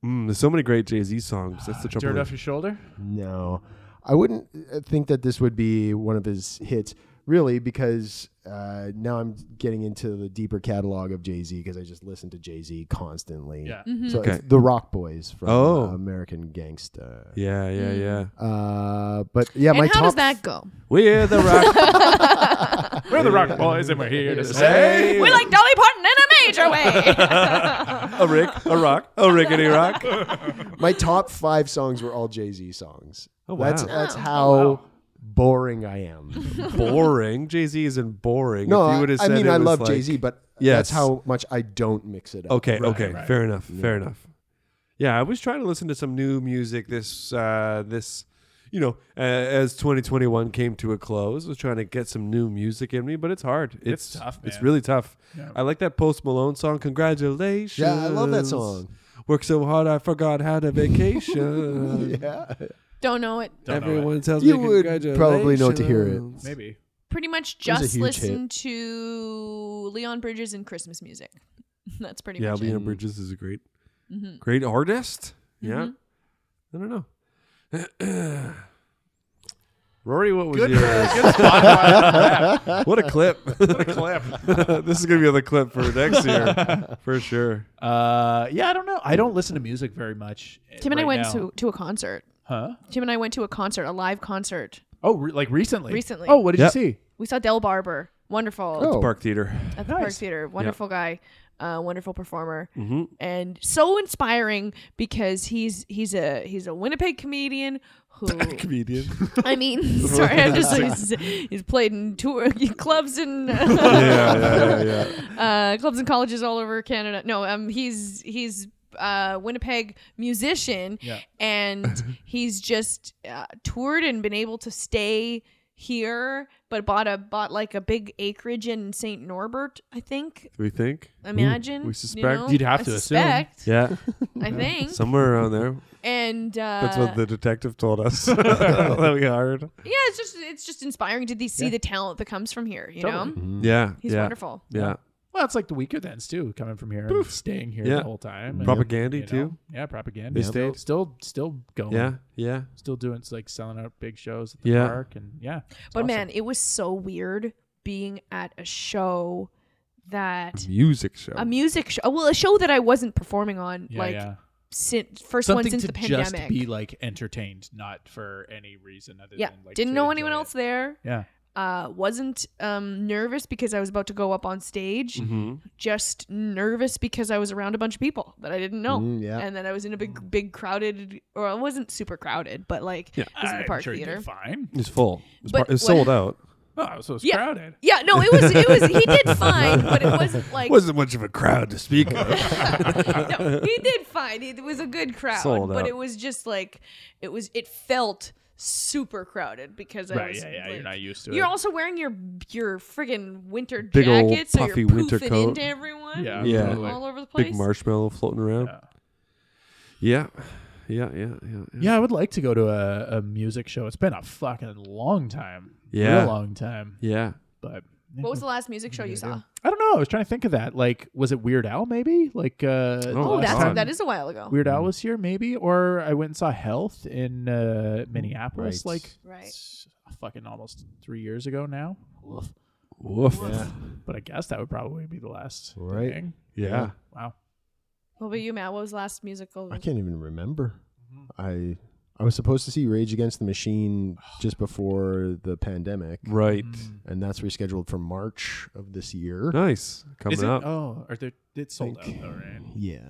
Speaker 2: Mm, there's so many great Jay Z songs. That's the
Speaker 1: Ah,
Speaker 2: trouble.
Speaker 5: Dirt
Speaker 2: with-
Speaker 5: off your shoulder.
Speaker 1: No, I wouldn't uh, think that this would be one of his hits, really, because uh, now I'm getting into the deeper catalog of Jay Z because I just listen to Jay Z constantly.
Speaker 5: Yeah.
Speaker 4: Mm-hmm.
Speaker 1: So
Speaker 2: Okay.
Speaker 1: it's the Rock Boys from
Speaker 2: Oh.
Speaker 1: uh, American Gangsta.
Speaker 2: Yeah, yeah,
Speaker 1: Hmm.
Speaker 2: yeah.
Speaker 1: Uh, but yeah, my
Speaker 4: and how
Speaker 1: top
Speaker 4: does that go?
Speaker 2: We're the rock.
Speaker 5: We're the Rock Boys, and we're here to say.
Speaker 4: We like Dolly Parton in a major way.
Speaker 2: a Rick, a rock, a rickety rock.
Speaker 1: my top five songs were all Jay Z songs.
Speaker 2: Oh,
Speaker 1: That's
Speaker 2: wow.
Speaker 1: that's how boring I am.
Speaker 2: boring. Jay Z isn't boring.
Speaker 1: no,
Speaker 2: If you
Speaker 1: I,
Speaker 2: would've
Speaker 1: I
Speaker 2: said
Speaker 1: mean
Speaker 2: it
Speaker 1: I
Speaker 2: was
Speaker 1: love
Speaker 2: like-
Speaker 1: Jay Z, but
Speaker 2: Yes.
Speaker 1: that's how much I don't mix it up.
Speaker 2: Okay, okay, fair enough, fair enough. Yeah, I was trying to listen to some new music this uh this you know, uh, as 2021 came to a close, I was trying to get some new music in me, but it's hard. It's,
Speaker 5: tough,
Speaker 2: It's
Speaker 5: man.
Speaker 2: really tough. I like that Post Malone song. Congratulations.
Speaker 1: Yeah, I love that song.
Speaker 2: Worked so hard, I forgot how to vacation.
Speaker 1: Yeah.
Speaker 4: Don't know it.
Speaker 5: Don't know it.
Speaker 2: Everyone tells
Speaker 1: You
Speaker 2: me
Speaker 1: would probably know to hear it.
Speaker 2: congratulations.
Speaker 5: Maybe.
Speaker 4: Pretty much
Speaker 1: was a
Speaker 4: just
Speaker 1: huge
Speaker 4: listen to Leon Bridges and Christmas music. That's pretty
Speaker 2: Yeah,
Speaker 4: much
Speaker 2: Leon
Speaker 4: it.
Speaker 2: Bridges is a great,
Speaker 4: Mm-hmm.
Speaker 2: great artist. Yeah, I don't know. Rory, what was your what a clip? what a clip! this is gonna be on the clip for next year for sure.
Speaker 5: Uh, yeah, I don't know. I don't listen to music very much. eh,
Speaker 4: Tim and I
Speaker 5: right
Speaker 4: went
Speaker 5: now.
Speaker 4: to, to a concert.
Speaker 5: Huh?
Speaker 4: Tim and I went to a concert, a live concert.
Speaker 5: Oh, re- like recently.
Speaker 4: Recently.
Speaker 5: Oh, what did
Speaker 2: Yep.
Speaker 5: you see?
Speaker 4: We saw Del Barber. Wonderful.
Speaker 1: Oh.
Speaker 2: Park Theater.
Speaker 4: at the Park
Speaker 5: Nice.
Speaker 4: Theater. Wonderful guy, uh, wonderful performer, and so inspiring because he's he's a he's a Winnipeg comedian who
Speaker 2: Comedian.
Speaker 4: I mean, sorry, I'm just he's, he's played in tour clubs and
Speaker 2: yeah, yeah, yeah. yeah.
Speaker 4: uh, clubs and colleges all over Canada. No, um, he's he's uh, Winnipeg musician,
Speaker 5: Yeah.
Speaker 4: and he's just uh, toured and been able to stay here, but bought a bought like a big acreage in Saint Norbert, I think.
Speaker 2: We think.
Speaker 4: Imagine
Speaker 2: we suspect.
Speaker 4: you know?
Speaker 5: You'd have
Speaker 4: I
Speaker 5: to assume.
Speaker 4: suspect,
Speaker 2: Yeah,
Speaker 4: I think,
Speaker 2: somewhere around there.
Speaker 4: and uh,
Speaker 2: That's what the detective told us that we hired.
Speaker 4: yeah, it's just it's just inspiring to de- see the talent that comes from here. You
Speaker 5: Totally.
Speaker 4: know,
Speaker 2: Yeah,
Speaker 4: he's
Speaker 2: yeah,
Speaker 4: wonderful.
Speaker 2: Yeah,
Speaker 5: Well, it's like the weaker ends too, coming from here, and staying here
Speaker 2: Yeah.
Speaker 5: the whole time. and,
Speaker 2: Propaganda,
Speaker 5: you know,
Speaker 2: too.
Speaker 5: Yeah, propaganda.
Speaker 2: They
Speaker 5: Still-
Speaker 2: stayed.
Speaker 5: Still, still going.
Speaker 2: yeah, yeah.
Speaker 5: Still doing it's like selling out big shows at the
Speaker 2: Yeah.
Speaker 5: park and yeah. it's
Speaker 4: But
Speaker 5: awesome.
Speaker 4: man, it was so weird being at a show that
Speaker 2: Music show.
Speaker 4: a music show, well, a show that I wasn't performing on,
Speaker 5: Yeah,
Speaker 4: like
Speaker 5: yeah.
Speaker 4: since first one
Speaker 5: something
Speaker 4: since
Speaker 5: to
Speaker 4: the pandemic.
Speaker 5: just be like entertained, not for any reason other
Speaker 4: yeah,
Speaker 5: than like
Speaker 4: didn't
Speaker 5: to
Speaker 4: know anyone
Speaker 5: enjoy
Speaker 4: else
Speaker 5: It.
Speaker 4: there.
Speaker 5: Yeah,
Speaker 4: Uh, wasn't um nervous because I was about to go up on stage.
Speaker 5: Mm-hmm.
Speaker 4: Just nervous because I was around a bunch of people that I didn't know.
Speaker 1: Mm, yeah.
Speaker 4: and then I was in a big, big crowded, or I wasn't super crowded, but like it was in the
Speaker 5: I'm
Speaker 4: Park
Speaker 5: sure you did
Speaker 4: Theater.
Speaker 5: Fine.
Speaker 2: It's full. It's,
Speaker 4: But
Speaker 2: par- it's
Speaker 4: what-
Speaker 2: sold out.
Speaker 5: Oh, so it's
Speaker 4: Yeah.
Speaker 5: crowded.
Speaker 4: Yeah, no, it was, it was. He did fine, but it wasn't like
Speaker 2: wasn't much of a crowd to speak of.
Speaker 4: no, he did fine. It was a good crowd,
Speaker 2: Sold
Speaker 4: but
Speaker 2: out.
Speaker 4: it was just like it was. It felt super crowded because I
Speaker 5: Right,
Speaker 4: was.
Speaker 5: yeah, yeah, you're
Speaker 4: like-
Speaker 5: not used to
Speaker 4: You're
Speaker 5: it.
Speaker 4: also wearing your your friggin' winter
Speaker 2: Big
Speaker 4: jacket,
Speaker 2: old
Speaker 4: so
Speaker 2: puffy
Speaker 4: you're
Speaker 2: winter
Speaker 4: poofing
Speaker 2: coat.
Speaker 4: into everyone.
Speaker 5: Yeah,
Speaker 2: Yeah.
Speaker 5: totally.
Speaker 4: all over the place.
Speaker 2: Big marshmallow floating around. Yeah. Yeah, yeah, yeah. Yeah.
Speaker 5: Yeah, I would like to go to a, a music show. It's been a fucking long time.
Speaker 2: Yeah.
Speaker 5: Real long time.
Speaker 2: Yeah.
Speaker 5: But yeah.
Speaker 4: What was the last music show you saw?
Speaker 5: I don't know. I was trying to think of that. Like, was it Weird Al? Maybe like uh, the
Speaker 2: Oh,
Speaker 4: Oh,
Speaker 5: last
Speaker 4: that's
Speaker 5: time
Speaker 4: that is a while ago.
Speaker 5: Weird Al was here. Maybe or I went and saw Health in uh, Minneapolis.
Speaker 1: Right.
Speaker 5: Like,
Speaker 4: Right.
Speaker 5: s- fucking almost three years ago now. Oof.
Speaker 2: Woof.
Speaker 5: But I guess that would probably be the last
Speaker 1: Right.
Speaker 5: thing.
Speaker 2: Yeah.
Speaker 5: Wow.
Speaker 4: What about you, Matt? What was the last musical?
Speaker 1: I can't even remember. I I was supposed to see Rage Against the Machine just before the pandemic,
Speaker 2: Right.
Speaker 5: Mm.
Speaker 1: and that's rescheduled for March of this year.
Speaker 2: Nice. Coming
Speaker 5: Is it?
Speaker 2: up.
Speaker 5: Oh, are there? It's sold out though, right?
Speaker 1: Yeah,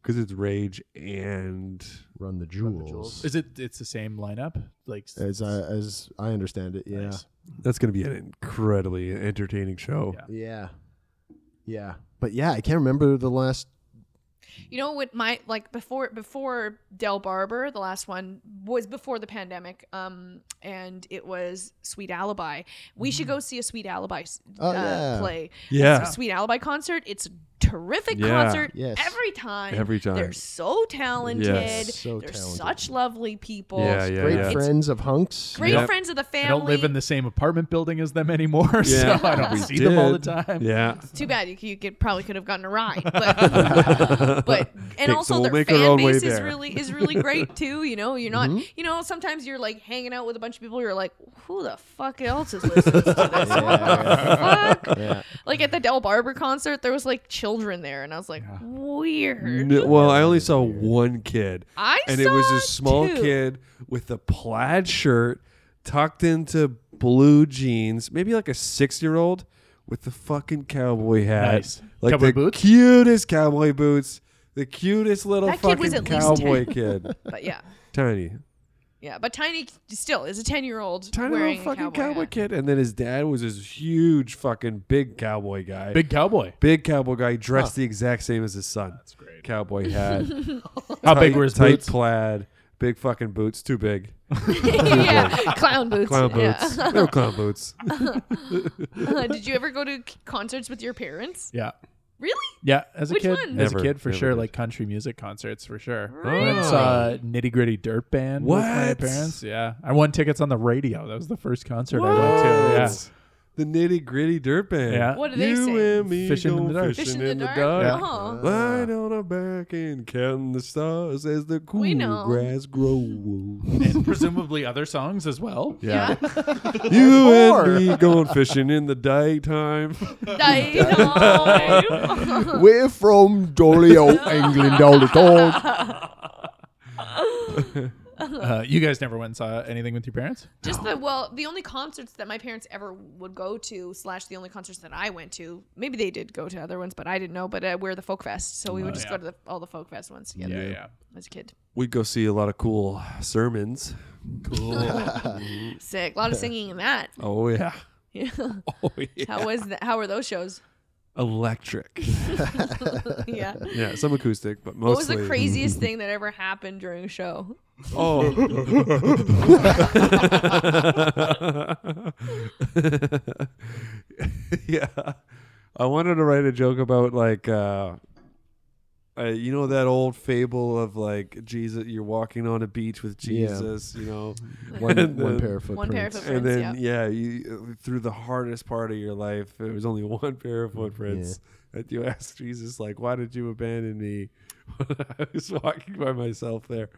Speaker 2: Because it's Rage and.
Speaker 1: Run the Jewels.
Speaker 5: Is it? It's the same lineup. Like, s-
Speaker 1: As I, as I understand it, yeah,
Speaker 5: Nice.
Speaker 2: That's going to be an incredibly entertaining show.
Speaker 5: Yeah.
Speaker 1: yeah, yeah. But yeah, I can't remember the last.
Speaker 4: You know what my like before before Del Barber, the last one was before the pandemic, um, and it was Sweet Alibi. We should go see a Sweet Alibi s-
Speaker 1: Oh,
Speaker 4: uh,
Speaker 1: yeah.
Speaker 4: play.
Speaker 2: Mm. Yeah.
Speaker 4: It's a Sweet Alibi concert. It's terrific
Speaker 2: Yeah.
Speaker 4: concert
Speaker 1: Yes.
Speaker 4: every time.
Speaker 2: Every time.
Speaker 4: They're so talented.
Speaker 2: Yes.
Speaker 1: So
Speaker 4: They're
Speaker 1: talented.
Speaker 4: such lovely people.
Speaker 2: Yeah, yeah,
Speaker 1: Great
Speaker 2: yeah.
Speaker 1: friends of hunks.
Speaker 4: Great
Speaker 2: Yep.
Speaker 4: friends of the family.
Speaker 5: I don't live in the same apartment building as them anymore,
Speaker 2: Yeah.
Speaker 5: so I don't
Speaker 2: We
Speaker 5: see them all the
Speaker 2: did.
Speaker 5: time.
Speaker 2: Yeah.
Speaker 4: Too bad you, you could probably could have gotten a ride, but, but and
Speaker 2: Okay,
Speaker 4: also
Speaker 2: so we'll
Speaker 4: their
Speaker 2: make our
Speaker 4: fan
Speaker 2: own way
Speaker 4: base is
Speaker 2: there. Mm-hmm.
Speaker 4: really is really great too. You know, you're not you know sometimes you're like hanging out with a bunch of people. You're like, who the fuck else is listening to this? What the fuck? Like at the Del Barber concert, there was like children there, and I was like, weird.
Speaker 2: No, well, I only saw one kid.
Speaker 4: I
Speaker 2: and it was
Speaker 4: saw
Speaker 2: a small
Speaker 4: two.
Speaker 2: kid with a plaid shirt tucked into blue jeans, maybe like a six year old with the fucking cowboy hat.
Speaker 5: Nice.
Speaker 2: Like
Speaker 5: Cowboy
Speaker 2: the
Speaker 5: boots?
Speaker 2: cutest cowboy boots. The cutest little
Speaker 4: That kid
Speaker 2: fucking
Speaker 4: was at least
Speaker 2: cowboy kid.
Speaker 4: But yeah,
Speaker 2: Tiny.
Speaker 4: yeah. But Tiny still is a ten year old
Speaker 2: Tiny
Speaker 4: wearing
Speaker 2: little
Speaker 4: a
Speaker 2: fucking
Speaker 4: cowboy,
Speaker 2: cowboy,
Speaker 4: hat.
Speaker 2: kid. And then his dad was this huge fucking big cowboy guy.
Speaker 5: Big cowboy.
Speaker 2: Big cowboy guy dressed the exact same as his son. That's great. Cowboy hat.
Speaker 5: How big
Speaker 2: tight-
Speaker 5: were his
Speaker 2: tight
Speaker 5: boots?
Speaker 2: plaid, big fucking boots, too big.
Speaker 4: yeah, clown boots.
Speaker 2: Clown
Speaker 4: yeah.
Speaker 2: boots, no clown boots.
Speaker 4: Uh, Did you ever go to c- concerts with your parents?
Speaker 5: Yeah.
Speaker 4: Really?
Speaker 5: Yeah, as a
Speaker 4: Which
Speaker 5: kid,
Speaker 4: one? Oh.
Speaker 5: as
Speaker 2: Never-
Speaker 5: a kid for
Speaker 2: never
Speaker 5: sure,
Speaker 2: did.
Speaker 5: like country music concerts for sure. I saw Nitty Gritty Dirt Band with my
Speaker 2: What?
Speaker 5: parents. Yeah, I won tickets on the radio. That was the first concert I went to. Yeah,
Speaker 2: The nitty gritty dirt band.
Speaker 5: Yeah.
Speaker 4: What do they
Speaker 2: you
Speaker 4: say?
Speaker 2: and me
Speaker 5: Fishing in
Speaker 2: go
Speaker 5: the dark.
Speaker 2: Fishing
Speaker 4: Fish in the dark.
Speaker 2: dark.
Speaker 4: Uh-huh.
Speaker 2: Lying on our back and counting the stars as the cool
Speaker 4: know.
Speaker 2: grass grows.
Speaker 5: and presumably other songs as well.
Speaker 2: Yeah. you and me going fishing in the daytime.
Speaker 4: Uh-huh. Dino.
Speaker 1: We're from Dolly Old England all the time.
Speaker 5: Uh, you guys never went and saw anything with your parents?
Speaker 4: Just the well, the only concerts that my parents ever would go to, slash the only concerts that I went to. Maybe they did go to other ones, but I didn't know. But uh, we're the folk fest, so we would just go to the, all the folk fest ones together.
Speaker 5: Yeah, yeah.
Speaker 4: As a kid,
Speaker 2: We'd go see a lot of cool sermons.
Speaker 4: sick. A lot of singing in that.
Speaker 2: Oh yeah.
Speaker 4: Yeah.
Speaker 2: Oh yeah.
Speaker 4: How was that? How were those shows?
Speaker 2: Electric.
Speaker 4: yeah.
Speaker 2: yeah, some acoustic, but mostly
Speaker 4: What was the craziest thing that ever happened during a show?
Speaker 2: Oh. yeah. I wanted to write a joke about like uh, uh you know that old fable of like Jesus you're walking on a beach with
Speaker 1: Yeah.
Speaker 2: Jesus, you know.
Speaker 1: One,
Speaker 2: And
Speaker 1: one
Speaker 2: then-
Speaker 1: pair of footprints.
Speaker 4: One pair of footprints.
Speaker 2: and then
Speaker 4: yeah.
Speaker 2: yeah, you uh, through the hardest part of your life, it was only one pair of footprints that you asked Jesus, like, "Why did you abandon me?" When I was walking by myself there,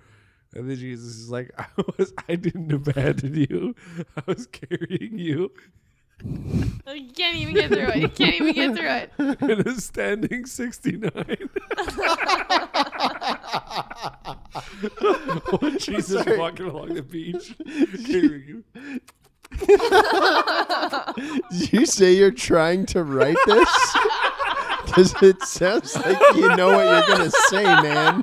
Speaker 2: and then Jesus is like, "I was, I didn't abandon you. I was carrying you
Speaker 4: You can't even get through it. You can't even get through it.
Speaker 2: in a standing 69." When Jesus walking along the beach, carrying you.
Speaker 1: Did you say you're trying to write this? Because it sounds like you know what you're going to say, man.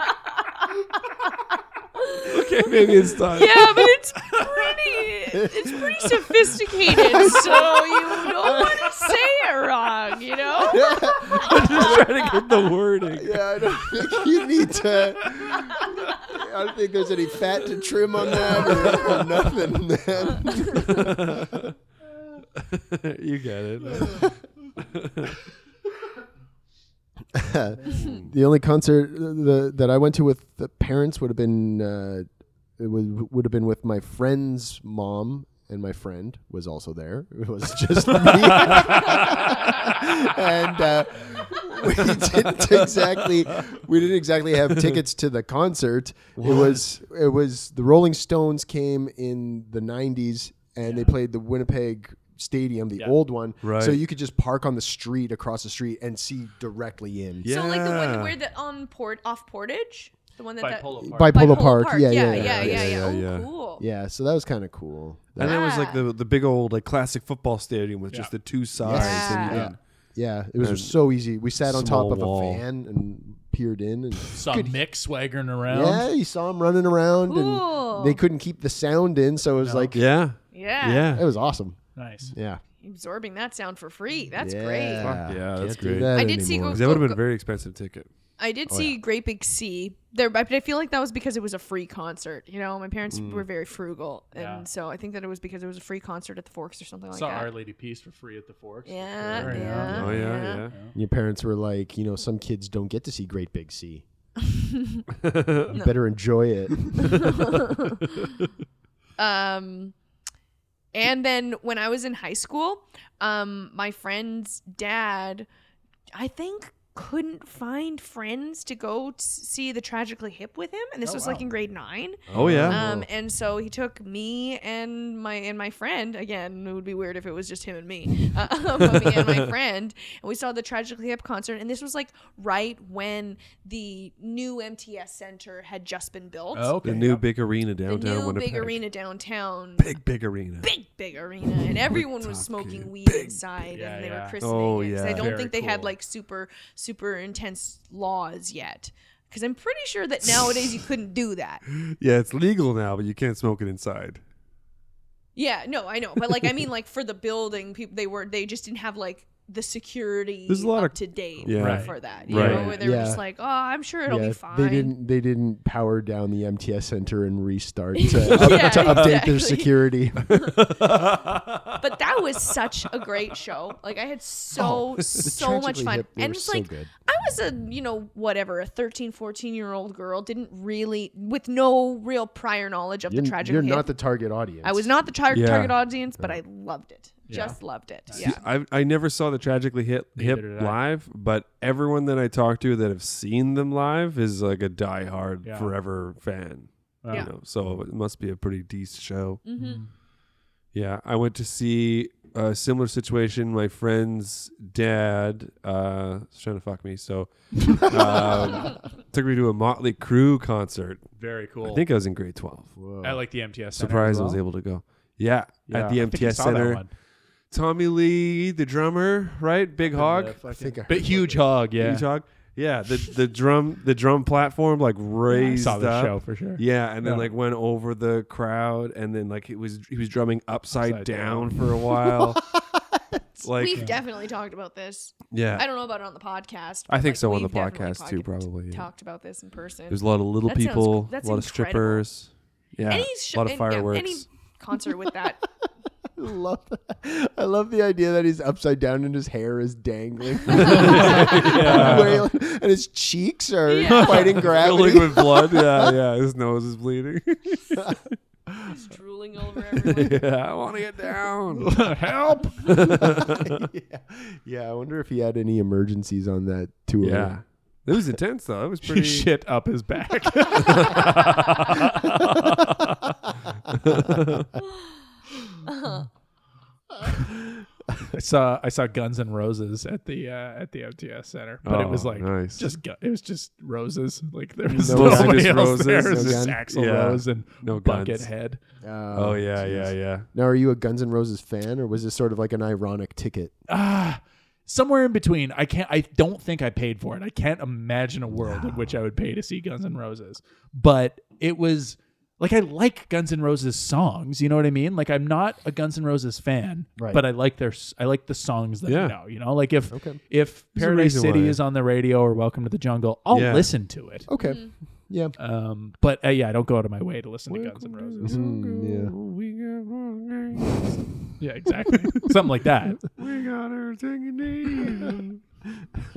Speaker 2: Okay, maybe it's time.
Speaker 4: Yeah, but it's pretty. It's pretty sophisticated, so you don't want to say it wrong. You know,
Speaker 2: I'm just trying to get the wording.
Speaker 1: Yeah, I don't think you need to. I don't think there's any fat to trim on that or, or nothing, man.
Speaker 2: you get it.
Speaker 1: The only concert uh, the, that I went to with the parents would have been uh, it would would have been with my friend's mom. And my friend was also there. It was just me. and uh, we didn't exactly we didn't exactly have tickets to the concert. It was it was the Rolling Stones came in the '90s and they played the Winnipeg Stadium, the old one. So
Speaker 2: Right.
Speaker 1: you could just park on the street across the street and see directly in.
Speaker 2: Yeah.
Speaker 4: so like the one where the on port off portage, the one that that
Speaker 1: By Polo
Speaker 4: Bipolar
Speaker 1: Park. Yeah,
Speaker 4: yeah,
Speaker 1: yeah, yeah,
Speaker 4: yeah, yeah, yeah. Ah.
Speaker 2: yeah, yeah.
Speaker 4: Oh, cool.
Speaker 1: Yeah, so that was kind of cool.
Speaker 2: And
Speaker 1: That-
Speaker 2: that was like the the big old like classic football stadium with just the two sides. And you
Speaker 1: yeah.
Speaker 2: can-
Speaker 1: yeah, it was so easy. We sat on top
Speaker 2: small
Speaker 1: of
Speaker 2: wall.
Speaker 1: a fan and peered in and
Speaker 5: Saw Mick swaggering around.
Speaker 1: yeah, you saw him running around
Speaker 4: Cool.
Speaker 1: and they couldn't keep the sound in, so it was like
Speaker 2: yeah.
Speaker 4: Yeah.
Speaker 2: Yeah.
Speaker 1: it was awesome.
Speaker 5: Nice.
Speaker 1: Yeah.
Speaker 4: absorbing that sound for free. That's
Speaker 1: yeah.
Speaker 4: great.
Speaker 2: Yeah, that's
Speaker 1: Can't do
Speaker 2: great.
Speaker 1: that
Speaker 4: I did see
Speaker 1: anymore.
Speaker 4: Go-
Speaker 2: That would have been a very expensive ticket.
Speaker 4: I did see Great Big Sea there, but I feel like that was because it was a free concert. You know, my parents were very frugal, and
Speaker 5: Yeah.
Speaker 4: so I think that it was because it was a free concert at the Forks or something like
Speaker 5: Saw
Speaker 4: that.
Speaker 5: Our Lady Peace for free at the Forks. for
Speaker 4: Yeah,
Speaker 5: sure,
Speaker 4: yeah.
Speaker 2: Oh yeah, yeah.
Speaker 1: Your parents were like, you know, some kids don't get to see Great Big Sea. you better enjoy it.
Speaker 4: Um, and then when I was in high school, um, my friend's dad, I think, couldn't find friends to go t- see the Tragically Hip with him, and this was like in grade nine.
Speaker 2: Oh yeah.
Speaker 4: Um, and so he took me and my and my friend again. It would be weird if it was just him and me. Uh, but me and my friend, and we saw the Tragically Hip concert. And this was like right when the new MTS Center had just been built.
Speaker 5: Oh, okay.
Speaker 2: The new big arena
Speaker 4: the
Speaker 2: downtown
Speaker 4: new
Speaker 2: Winnipeg.
Speaker 4: big arena downtown.
Speaker 2: Big big arena.
Speaker 4: Big, big arena, and everyone was smoking weed inside,
Speaker 5: Yeah,
Speaker 4: and they
Speaker 5: yeah.
Speaker 4: were christening.
Speaker 2: Oh,
Speaker 4: it, 'cause I
Speaker 2: yeah.
Speaker 4: don't
Speaker 5: Very
Speaker 4: think they had
Speaker 5: cool.
Speaker 4: like super, super intense laws yet, because I'm pretty sure that nowadays you couldn't do that.
Speaker 2: Yeah, it's legal now, but you can't smoke it inside.
Speaker 4: Yeah, no, I know, but like I mean, like for the building, people they were they just didn't have like the security
Speaker 2: There's a lot
Speaker 4: up
Speaker 2: of-
Speaker 4: to date
Speaker 2: Yeah.
Speaker 5: Right.
Speaker 4: for that. You
Speaker 2: Right.
Speaker 4: know, where they were
Speaker 1: Yeah.
Speaker 4: just like, oh, I'm sure it'll
Speaker 1: yeah,
Speaker 4: be
Speaker 1: if
Speaker 4: fine.
Speaker 1: they didn't. They didn't power down the MTS center and restart to, up-
Speaker 4: Yeah,
Speaker 1: to update
Speaker 4: exactly.
Speaker 1: their security.
Speaker 4: But that was such a great show. Like I had so so much
Speaker 1: Tragically
Speaker 4: fun,
Speaker 1: Hip, they
Speaker 4: and
Speaker 1: were
Speaker 4: it's
Speaker 1: so
Speaker 4: like
Speaker 1: good.
Speaker 4: I was a you know whatever a 13, 14 year old girl didn't really with no real prior knowledge of
Speaker 1: You're,
Speaker 4: the tragic.
Speaker 1: you're
Speaker 4: hit.
Speaker 1: not the target audience.
Speaker 4: I was not the tar-
Speaker 2: Yeah.
Speaker 4: target audience, but I loved it. Just loved it. Yeah.
Speaker 2: I I never saw the tragically hit hip
Speaker 5: did I.
Speaker 2: live, but everyone that I talked to that have seen them live is like a diehard
Speaker 5: Yeah.
Speaker 2: forever fan.
Speaker 5: Oh.
Speaker 4: Yeah.
Speaker 2: You know, so it must be a pretty decent show.
Speaker 4: Mm-hmm.
Speaker 2: Yeah, I went to see a similar situation. My friend's dad uh, was trying to fuck me, so um, took me to a Motley Crue concert.
Speaker 5: Very cool.
Speaker 2: I think I was in grade twelve.
Speaker 5: I like the MTS. Center
Speaker 2: Surprised
Speaker 5: as
Speaker 2: I was
Speaker 5: well.
Speaker 2: able to go. Yeah,
Speaker 5: Yeah,
Speaker 2: at
Speaker 5: I
Speaker 2: the
Speaker 5: think I
Speaker 2: MTS
Speaker 5: saw that
Speaker 2: Center.
Speaker 5: one.
Speaker 2: Tommy Lee, the drummer, right? Big hog,
Speaker 1: I think I
Speaker 5: But huge hog, yeah.
Speaker 2: huge hog. Yeah, the the drum the drum platform like
Speaker 5: I
Speaker 2: raised
Speaker 5: saw the
Speaker 2: up.
Speaker 5: show for sure.
Speaker 2: Yeah, and then
Speaker 5: Yeah.
Speaker 2: like went over the crowd, and then like it was he was drumming upside,
Speaker 5: Upside
Speaker 2: down,
Speaker 5: down.
Speaker 2: for a while. like uh,
Speaker 4: We've definitely talked about this.
Speaker 2: yeah,
Speaker 4: I don't know about it on the podcast.
Speaker 2: I
Speaker 4: but,
Speaker 2: think
Speaker 4: like,
Speaker 2: so on
Speaker 4: we've
Speaker 2: the
Speaker 4: definitely
Speaker 2: podcast, too,
Speaker 4: podca-
Speaker 2: probably, yeah.
Speaker 4: talked about this in person.
Speaker 2: there's a lot of little
Speaker 4: That sounds-
Speaker 2: people, a
Speaker 4: that's
Speaker 2: lot of
Speaker 4: incredible.
Speaker 2: strippers. Yeah,
Speaker 4: sh-
Speaker 2: a lot of
Speaker 4: and- yeah,
Speaker 2: fireworks.
Speaker 4: any concert with that.
Speaker 1: love. That. I love the idea that he's upside down and his hair is dangling, Wailing- and his cheeks are
Speaker 4: Yeah.
Speaker 1: fighting gravity.
Speaker 2: Filling with blood. Yeah, yeah. His nose is bleeding.
Speaker 4: Just drooling over everyone.
Speaker 2: yeah, I want to get down.
Speaker 5: Help!
Speaker 1: yeah. yeah, I wonder if he had any emergencies on that tour.
Speaker 2: Yeah, it was intense though. It was
Speaker 5: He
Speaker 2: pretty.
Speaker 5: shit up his back. I saw I saw Guns N' Roses at the uh, at the MTS Center, but it was
Speaker 2: Oh,
Speaker 5: like
Speaker 2: nice.
Speaker 5: just gu- it was just roses. Like there was
Speaker 1: No
Speaker 5: nobody
Speaker 2: gun.
Speaker 5: else
Speaker 2: Just
Speaker 5: there. It
Speaker 2: roses,
Speaker 5: was
Speaker 1: no
Speaker 5: just
Speaker 1: gun.
Speaker 5: Axl
Speaker 2: Yeah.
Speaker 5: Rose and
Speaker 2: No guns.
Speaker 5: Buckethead.
Speaker 1: Uh,
Speaker 2: Oh yeah, yeah, yeah.
Speaker 1: Now, are you a Guns N' Roses fan, or was this sort of like an ironic ticket?
Speaker 5: somewhere in between. I can't. I don't think I paid for it. I can't imagine a world in which I would pay to see Guns N' Roses. But it was like I like Guns N' Roses songs. You know what I mean? Like I'm not a Guns N' Roses fan,
Speaker 1: Right.
Speaker 5: but I like their s- I like the songs that
Speaker 2: Yeah.
Speaker 5: I know. You know, like if if
Speaker 2: a
Speaker 5: Paradise
Speaker 2: reason
Speaker 5: City
Speaker 2: why.
Speaker 5: is on the radio or Welcome to the Jungle, I'll
Speaker 2: Yeah.
Speaker 5: listen to it.
Speaker 1: Okay. Yeah.
Speaker 5: Um, but uh, yeah, I don't go out of my way to listen to Guns N' Roses.
Speaker 1: Mm, yeah.
Speaker 5: Yeah, exactly. Something like that.
Speaker 2: We got everything you need.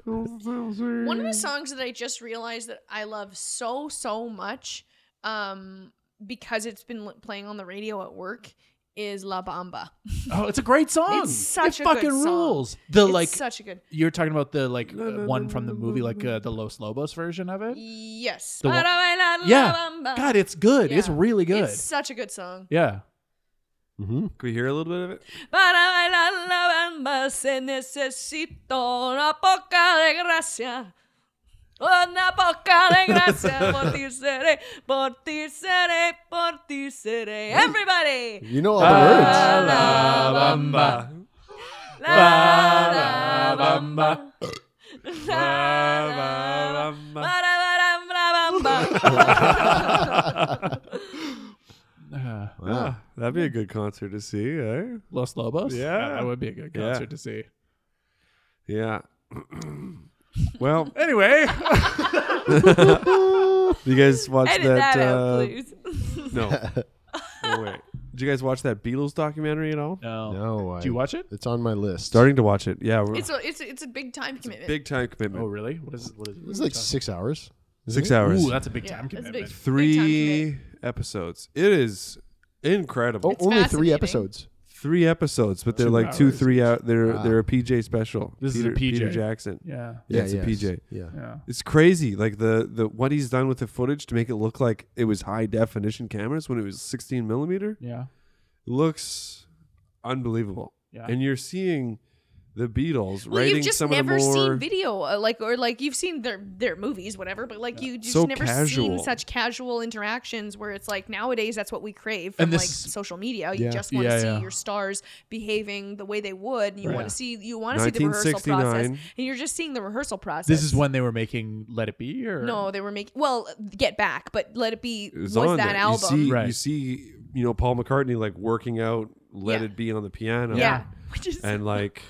Speaker 4: One of the songs that I just realized that I love so so much, um, because it's been li- playing on the radio at work, is La Bamba.
Speaker 5: Oh, it's a great song.
Speaker 4: It's such
Speaker 5: it
Speaker 4: a good
Speaker 5: fucking
Speaker 4: song.
Speaker 5: rules. The
Speaker 4: it's
Speaker 5: like
Speaker 4: such a good.
Speaker 5: You're talking about the like uh, one from the movie, like uh, the Los Lobos version of it.
Speaker 4: Yes.
Speaker 5: The one-
Speaker 4: Para bailar La
Speaker 5: Yeah,
Speaker 4: Bamba.
Speaker 5: God, it's good. It's
Speaker 4: Yeah.
Speaker 5: really good.
Speaker 4: It's such a good song.
Speaker 5: yeah,
Speaker 2: Can we hear a little bit of it?
Speaker 4: Para bailar la bamba se necesita una poca de gracia. Una poca de gracia. Por ti seré, por ti seré, por ti seré. Everybody!
Speaker 1: You know all the
Speaker 5: Uh,
Speaker 1: words.
Speaker 4: La bamba. La bamba. La bamba. Para bailar la bamba.
Speaker 2: Ah, that'd be a good concert to see, eh?
Speaker 5: Los Lobos.
Speaker 2: Yeah.
Speaker 5: that would be a good
Speaker 2: Yeah.
Speaker 5: concert to see.
Speaker 2: Yeah. Well, you
Speaker 5: Anyway,
Speaker 2: guys watch
Speaker 4: Edit
Speaker 2: that?
Speaker 4: that, out,
Speaker 2: uh,
Speaker 4: please.
Speaker 2: no. no wait. Did you guys watch that Beatles documentary at all?
Speaker 5: no.
Speaker 1: No, I,
Speaker 5: Do you watch it?
Speaker 1: It's on my list.
Speaker 2: Starting to watch it. Yeah, we're-
Speaker 4: It's a it's a, it's a big time commitment.
Speaker 2: big time commitment.
Speaker 5: Oh, really? What is what is?
Speaker 1: It's like six hours.
Speaker 2: Six hours.
Speaker 5: Ooh, that's a big
Speaker 4: Yeah,
Speaker 5: time
Speaker 4: that's a
Speaker 5: commitment.
Speaker 4: big Big
Speaker 2: three episodes. It is incredible.
Speaker 1: Oh, only three
Speaker 4: fascinating.
Speaker 1: episodes.
Speaker 2: Three episodes, but they're
Speaker 5: Two
Speaker 2: like two,
Speaker 5: hours.
Speaker 2: three out. They're they're a PJ special.
Speaker 5: This is
Speaker 2: Peter,
Speaker 5: a PJ.
Speaker 2: Peter Jackson.
Speaker 5: yeah.
Speaker 2: Yeah, it's a
Speaker 1: yes.
Speaker 2: PJ.
Speaker 1: Yeah.
Speaker 5: Yeah.
Speaker 2: It's crazy, like the the what he's done with the footage to make it look like it was high definition cameras when it was 16 millimeter.
Speaker 5: Yeah.
Speaker 2: looks unbelievable.
Speaker 5: Yeah.
Speaker 2: And you're seeing the Beatles
Speaker 4: Well,
Speaker 2: writing
Speaker 4: you've just
Speaker 2: some
Speaker 4: never
Speaker 2: of the more
Speaker 4: seen video, uh, like or like you've seen their their movies, whatever. But like you just
Speaker 2: So
Speaker 4: never
Speaker 2: casual.
Speaker 4: seen such casual interactions where it's like nowadays that's what we crave from
Speaker 5: And
Speaker 4: like
Speaker 5: this-
Speaker 4: social media. You
Speaker 1: Yeah.
Speaker 4: just want to
Speaker 5: Yeah,
Speaker 4: see
Speaker 5: yeah.
Speaker 4: your stars behaving the way they would, and you want
Speaker 5: Right.
Speaker 4: to see you want to see the rehearsal process,
Speaker 2: 1969.
Speaker 4: and you're just seeing the rehearsal process.
Speaker 5: This is when they were making Let It Be, or
Speaker 4: no, they were making well Get Back, but Let It Be
Speaker 2: it was,
Speaker 4: was
Speaker 2: on
Speaker 4: that
Speaker 2: there.
Speaker 4: album.
Speaker 2: You see, you
Speaker 5: Right.
Speaker 2: see, you know, Paul McCartney like working out "Let
Speaker 4: Yeah.
Speaker 2: It Be" on the piano.
Speaker 4: yeah. which is
Speaker 2: and like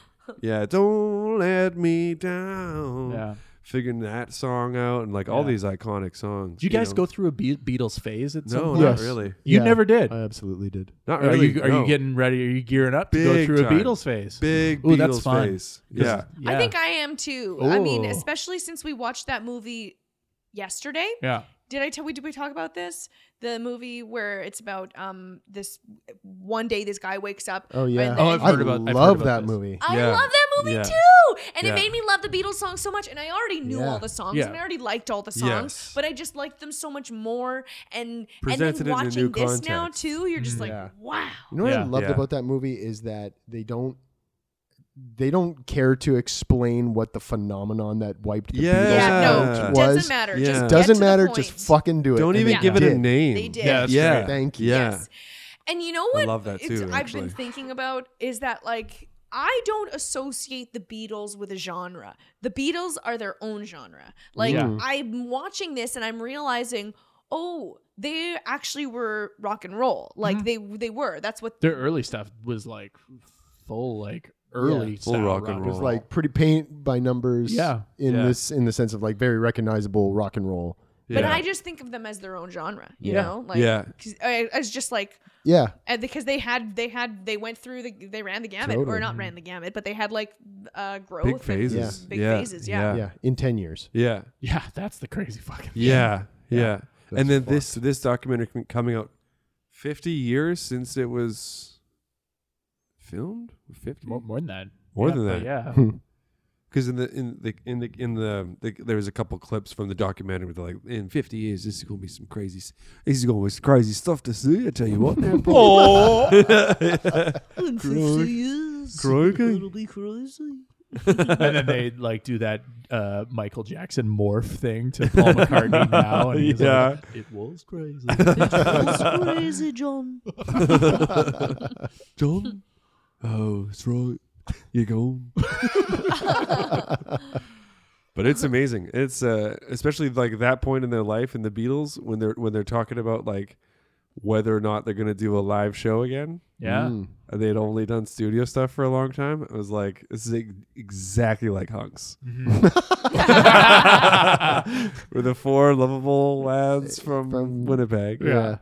Speaker 2: yeah don't let me down
Speaker 5: Yeah.
Speaker 2: figuring that song out and like all
Speaker 5: Yeah.
Speaker 2: these iconic songs
Speaker 5: Did you guys
Speaker 2: know?
Speaker 5: go through a Be- Beatles phase at some
Speaker 2: no
Speaker 5: point?
Speaker 2: not
Speaker 1: Yes.
Speaker 2: really
Speaker 5: You
Speaker 1: Yeah,
Speaker 5: never did.
Speaker 1: I absolutely did.
Speaker 2: not
Speaker 5: are
Speaker 2: really
Speaker 5: you are
Speaker 2: no.
Speaker 5: you getting ready? Are you gearing up to go
Speaker 2: Big
Speaker 5: through
Speaker 2: time.
Speaker 5: a Beatles phase?
Speaker 2: big
Speaker 5: Ooh,
Speaker 2: Beatles
Speaker 5: that's fun.
Speaker 2: face
Speaker 5: 'Cause-
Speaker 2: yeah Oh.
Speaker 4: I think
Speaker 5: yeah.
Speaker 4: I am too. I mean,
Speaker 5: Ooh.
Speaker 4: especially since we watched that movie yesterday.
Speaker 5: yeah.
Speaker 4: Did I tell we did we talk about this? The movie where it's about um this one day this guy wakes up.
Speaker 1: Oh yeah.
Speaker 4: And then-
Speaker 5: Oh, I've
Speaker 1: I
Speaker 5: heard about- I've heard
Speaker 1: love
Speaker 5: about
Speaker 1: that
Speaker 5: this.
Speaker 1: movie.
Speaker 4: I
Speaker 2: Yeah.
Speaker 4: love that movie
Speaker 2: Yeah.
Speaker 4: too, and
Speaker 2: Yeah.
Speaker 4: it made me love the Beatles songs so much. And I already knew
Speaker 1: Yeah.
Speaker 4: all the songs,
Speaker 5: Yeah.
Speaker 4: and I already liked all the songs,
Speaker 2: Yes.
Speaker 4: but I just liked them so much more. And
Speaker 2: Presented in
Speaker 4: and
Speaker 2: a
Speaker 4: then watching
Speaker 2: new
Speaker 4: this now
Speaker 2: context.
Speaker 4: too, you're just like,
Speaker 1: Mm-hmm. Yeah.
Speaker 4: wow.
Speaker 1: You know what I
Speaker 5: Yeah.
Speaker 1: loved
Speaker 2: Yeah.
Speaker 1: about that movie is that they don't they don't care to explain what the phenomenon that wiped the
Speaker 2: Yeah.
Speaker 1: Beatles
Speaker 4: Yeah,
Speaker 2: Uh,
Speaker 1: out
Speaker 4: no,
Speaker 1: was.
Speaker 4: doesn't matter.
Speaker 2: yeah.
Speaker 4: Just get
Speaker 1: Doesn't
Speaker 4: to the
Speaker 1: matter.
Speaker 4: point.
Speaker 1: Just fucking do it.
Speaker 2: don't
Speaker 1: And
Speaker 2: even
Speaker 1: they
Speaker 2: give it a
Speaker 1: did.
Speaker 2: name
Speaker 4: They did.
Speaker 5: Yeah, that's
Speaker 2: yeah
Speaker 5: great.
Speaker 1: Thank you.
Speaker 2: yeah
Speaker 4: Yes. And you know
Speaker 2: I
Speaker 4: what?
Speaker 2: love that
Speaker 4: it's-
Speaker 2: too,
Speaker 4: I've
Speaker 2: actually.
Speaker 4: been thinking about is that like I don't associate the Beatles with a genre. The Beatles are their own genre. Like
Speaker 5: Yeah.
Speaker 4: I'm watching this and I'm realizing, oh, they actually were rock and roll. Like they they were. That's what
Speaker 5: Their early stuff was like full like early
Speaker 1: Yeah.
Speaker 2: Full
Speaker 5: style
Speaker 2: rock and
Speaker 5: rock.
Speaker 2: roll.
Speaker 1: It was like pretty paint by numbers.
Speaker 5: Yeah.
Speaker 1: In
Speaker 2: Yeah.
Speaker 1: this, in the sense of like very recognizable rock and roll.
Speaker 4: But
Speaker 2: Yeah.
Speaker 4: I just think of them as their own genre, you
Speaker 5: Yeah.
Speaker 4: know, like
Speaker 2: Yeah.
Speaker 4: 'cause I, I was just like
Speaker 1: Yeah.
Speaker 4: and because they had they had they went through the they ran the gamut
Speaker 1: Totally.
Speaker 4: or not ran the gamut, but they had like uh growth
Speaker 2: big
Speaker 4: and
Speaker 2: phases
Speaker 4: big
Speaker 2: yeah.
Speaker 4: phases, yeah.
Speaker 1: Yeah. In ten years.
Speaker 2: yeah
Speaker 5: Yeah, that's the crazy fucking. thing.
Speaker 2: yeah yeah, and then this this documentary com- coming out 50 years since it was filmed 50
Speaker 5: More, more than that.
Speaker 2: More
Speaker 5: Yeah,
Speaker 2: than
Speaker 5: but
Speaker 2: that.
Speaker 5: Yeah.
Speaker 2: Because in the in the in the in the, the there was a couple clips from the documentary where they're like, in fifty years, this is gonna be some crazy, s- this is gonna be some crazy stuff to see. I tell you what, there, oh, in fifty years, it'll be crazy.
Speaker 5: and then they like do that uh, Michael Jackson morph thing to Paul McCartney now, and he's
Speaker 2: Yeah.
Speaker 5: like, "It was crazy."
Speaker 4: crazy, John.
Speaker 2: John, oh, that's right, you're gone. but it's amazing. It's uh, especially like that point in their life in the Beatles when they're when they're talking about like whether or not they're gonna do a live show again.
Speaker 5: yeah,
Speaker 2: and they had only done studio stuff for a long time. It was like this is ex- exactly like Hunks, We're the four lovable lads from,
Speaker 1: From-
Speaker 2: Winnipeg.
Speaker 1: Yeah.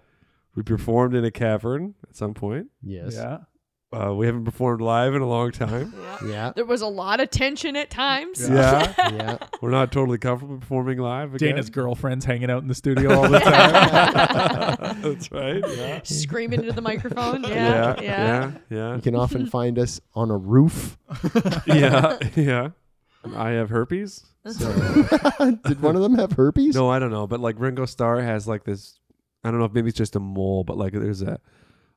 Speaker 2: we performed in a cavern at some point.
Speaker 1: Yes.
Speaker 5: yeah.
Speaker 2: Uh, we haven't performed live in a long time.
Speaker 1: Yeah.
Speaker 4: There was a lot of tension at times.
Speaker 2: yeah,
Speaker 1: Yeah.
Speaker 2: we're not totally comfortable performing live. Again.
Speaker 5: Dana's girlfriend's hanging out in the studio all the time.
Speaker 2: That's right. Yeah.
Speaker 4: Screaming into the microphone.
Speaker 2: Yeah,
Speaker 4: Yeah. Yeah.
Speaker 2: yeah, yeah,
Speaker 1: You can often find us on a roof.
Speaker 2: yeah, yeah. I have herpes.
Speaker 1: Did one of them have herpes?
Speaker 2: No, I don't know. But like Ringo Starr has like this. I don't know if maybe it's just a mole, but like there's a,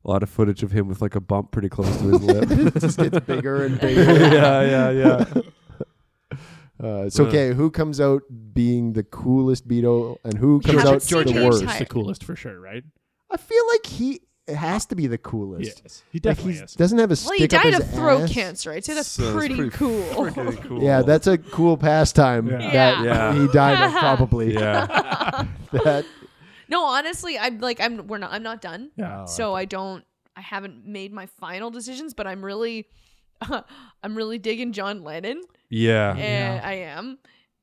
Speaker 2: a lot of footage of him with like a bump pretty close to his lip.
Speaker 1: It just gets bigger and bigger.
Speaker 2: yeah, yeah, yeah.
Speaker 1: Uh, it's okay. Who comes out being the coolest Beatle and who comes
Speaker 4: haven't
Speaker 1: out
Speaker 4: seen
Speaker 1: the
Speaker 4: George
Speaker 1: worst?
Speaker 4: Harrison.
Speaker 5: the coolest for sure, right?
Speaker 1: I feel like he has to be the coolest.
Speaker 5: he
Speaker 1: Like
Speaker 5: definitely
Speaker 1: he
Speaker 5: is.
Speaker 1: doesn't have a
Speaker 4: Well, he
Speaker 1: stick
Speaker 4: died
Speaker 1: up
Speaker 4: of
Speaker 1: his
Speaker 4: throat
Speaker 1: ass.
Speaker 4: cancer. I'd say that's
Speaker 2: So it's
Speaker 4: pretty, cool.
Speaker 2: freaking cool.
Speaker 1: Yeah, that's a cool pastime.
Speaker 5: Yeah.
Speaker 1: That
Speaker 2: Yeah.
Speaker 1: he died of probably.
Speaker 2: yeah.
Speaker 1: That
Speaker 4: No, honestly, I'm like I'm we're not I'm not done.
Speaker 5: Yeah.
Speaker 4: So Oh, I don't I haven't made my final decisions, but I'm really I'm really digging John Lennon.
Speaker 2: Yeah.
Speaker 4: And I am.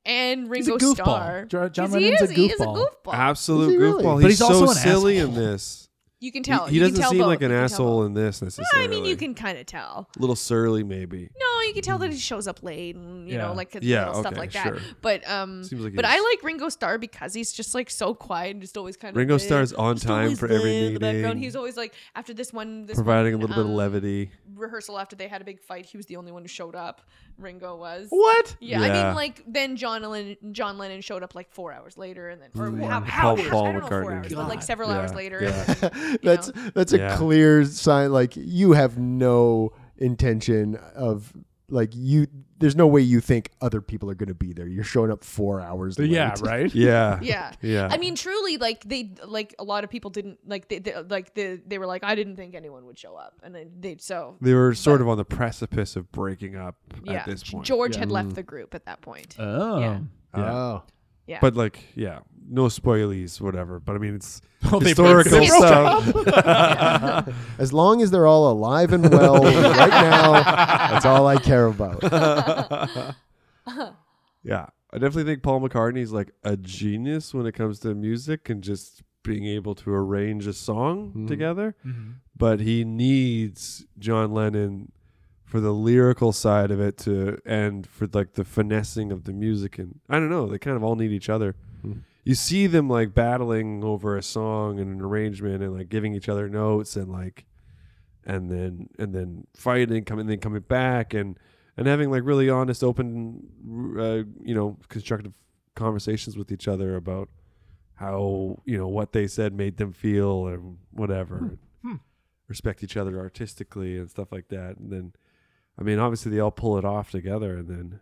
Speaker 4: and
Speaker 5: He's a
Speaker 4: Ringo Starr.
Speaker 5: goofball. Jo- John
Speaker 4: 'Cause he
Speaker 5: Lennon's
Speaker 4: is,
Speaker 5: a
Speaker 4: he is
Speaker 5: goofball.
Speaker 2: Absolute
Speaker 1: Is he really?
Speaker 2: goofball.
Speaker 1: But
Speaker 2: he's,
Speaker 5: he's also
Speaker 2: so
Speaker 5: an
Speaker 2: silly in
Speaker 5: asshole.
Speaker 2: this.
Speaker 4: You can
Speaker 2: He-
Speaker 4: tell.
Speaker 2: He,
Speaker 4: You can
Speaker 2: doesn't
Speaker 4: tell
Speaker 2: seem
Speaker 4: both.
Speaker 2: like an
Speaker 4: You can tell
Speaker 2: asshole
Speaker 4: both.
Speaker 2: in this
Speaker 4: No,
Speaker 2: necessarily.
Speaker 4: I mean, you can kind of tell.
Speaker 2: a little surly maybe.
Speaker 4: No, you can tell that he shows up late and you
Speaker 5: Yeah.
Speaker 4: know, like his
Speaker 2: Mm. Yeah,
Speaker 4: little stuff
Speaker 2: okay,
Speaker 4: like
Speaker 2: sure.
Speaker 4: that. But um,
Speaker 2: Seems like he
Speaker 4: but I
Speaker 2: is.
Speaker 4: like Ringo Starr because he's just like so quiet and just always kind of
Speaker 2: Ringo
Speaker 4: there.
Speaker 2: Starr's on
Speaker 4: Just
Speaker 2: time
Speaker 4: always
Speaker 2: for
Speaker 4: there
Speaker 2: every
Speaker 4: in the background.
Speaker 2: meeting.
Speaker 4: He's always like after this one, this
Speaker 2: Providing a
Speaker 4: one,
Speaker 2: little bit of
Speaker 4: um,
Speaker 2: levity.
Speaker 4: Rehearsal after they had a big fight, he was the only one who showed up. Ringo was.
Speaker 5: What?
Speaker 4: Yeah, I
Speaker 2: Yeah.
Speaker 4: mean, like then John Lennon, John Lennon showed up like four hours later, and then or
Speaker 2: Mm.
Speaker 4: how,
Speaker 2: Paul-
Speaker 4: how hours?
Speaker 2: Paul
Speaker 4: I don't know, four
Speaker 2: McCartney.
Speaker 4: hours, but like
Speaker 5: God.
Speaker 4: several hours
Speaker 2: Yeah,
Speaker 4: later.
Speaker 2: yeah.
Speaker 4: and then, you
Speaker 1: that's
Speaker 4: know.
Speaker 1: that's a
Speaker 2: Yeah.
Speaker 1: clear sign like you have no intention of like you there's no way you think other people are going to be there you're showing up 4 hours late.
Speaker 5: Yeah, right.
Speaker 2: Yeah.
Speaker 4: yeah
Speaker 2: Yeah.
Speaker 4: i mean truly like they like a lot of people didn't like they, they like the they were like i didn't think anyone would show up and then they so
Speaker 2: They were sort of on the precipice of breaking up
Speaker 4: yeah
Speaker 2: at this point. Uh,
Speaker 4: george had left the group at that point
Speaker 5: Oh.
Speaker 4: Yeah.
Speaker 1: oh
Speaker 4: yeah
Speaker 2: But like, yeah, no spoilies, whatever. But I mean, it's
Speaker 5: Oh, they
Speaker 2: historical
Speaker 5: broke up.
Speaker 2: stuff.
Speaker 1: as long as they're all alive and well right now that's all i care about
Speaker 2: yeah, I definitely think Paul McCartney's like a genius when it comes to music and just being able to arrange a song together. But he needs John Lennon for the lyrical side of it to, and for like the finessing of the music. And I don't know, they kind of all need each other. You see them like battling over a song and an arrangement and like giving each other notes and like and then and then fighting, coming then coming back, and and having like really honest, open, uh, you know, constructive conversations with each other about how you know what they said made them feel and whatever. Respect each other artistically and stuff like that, and then, I mean, obviously they all pull it off together, and then,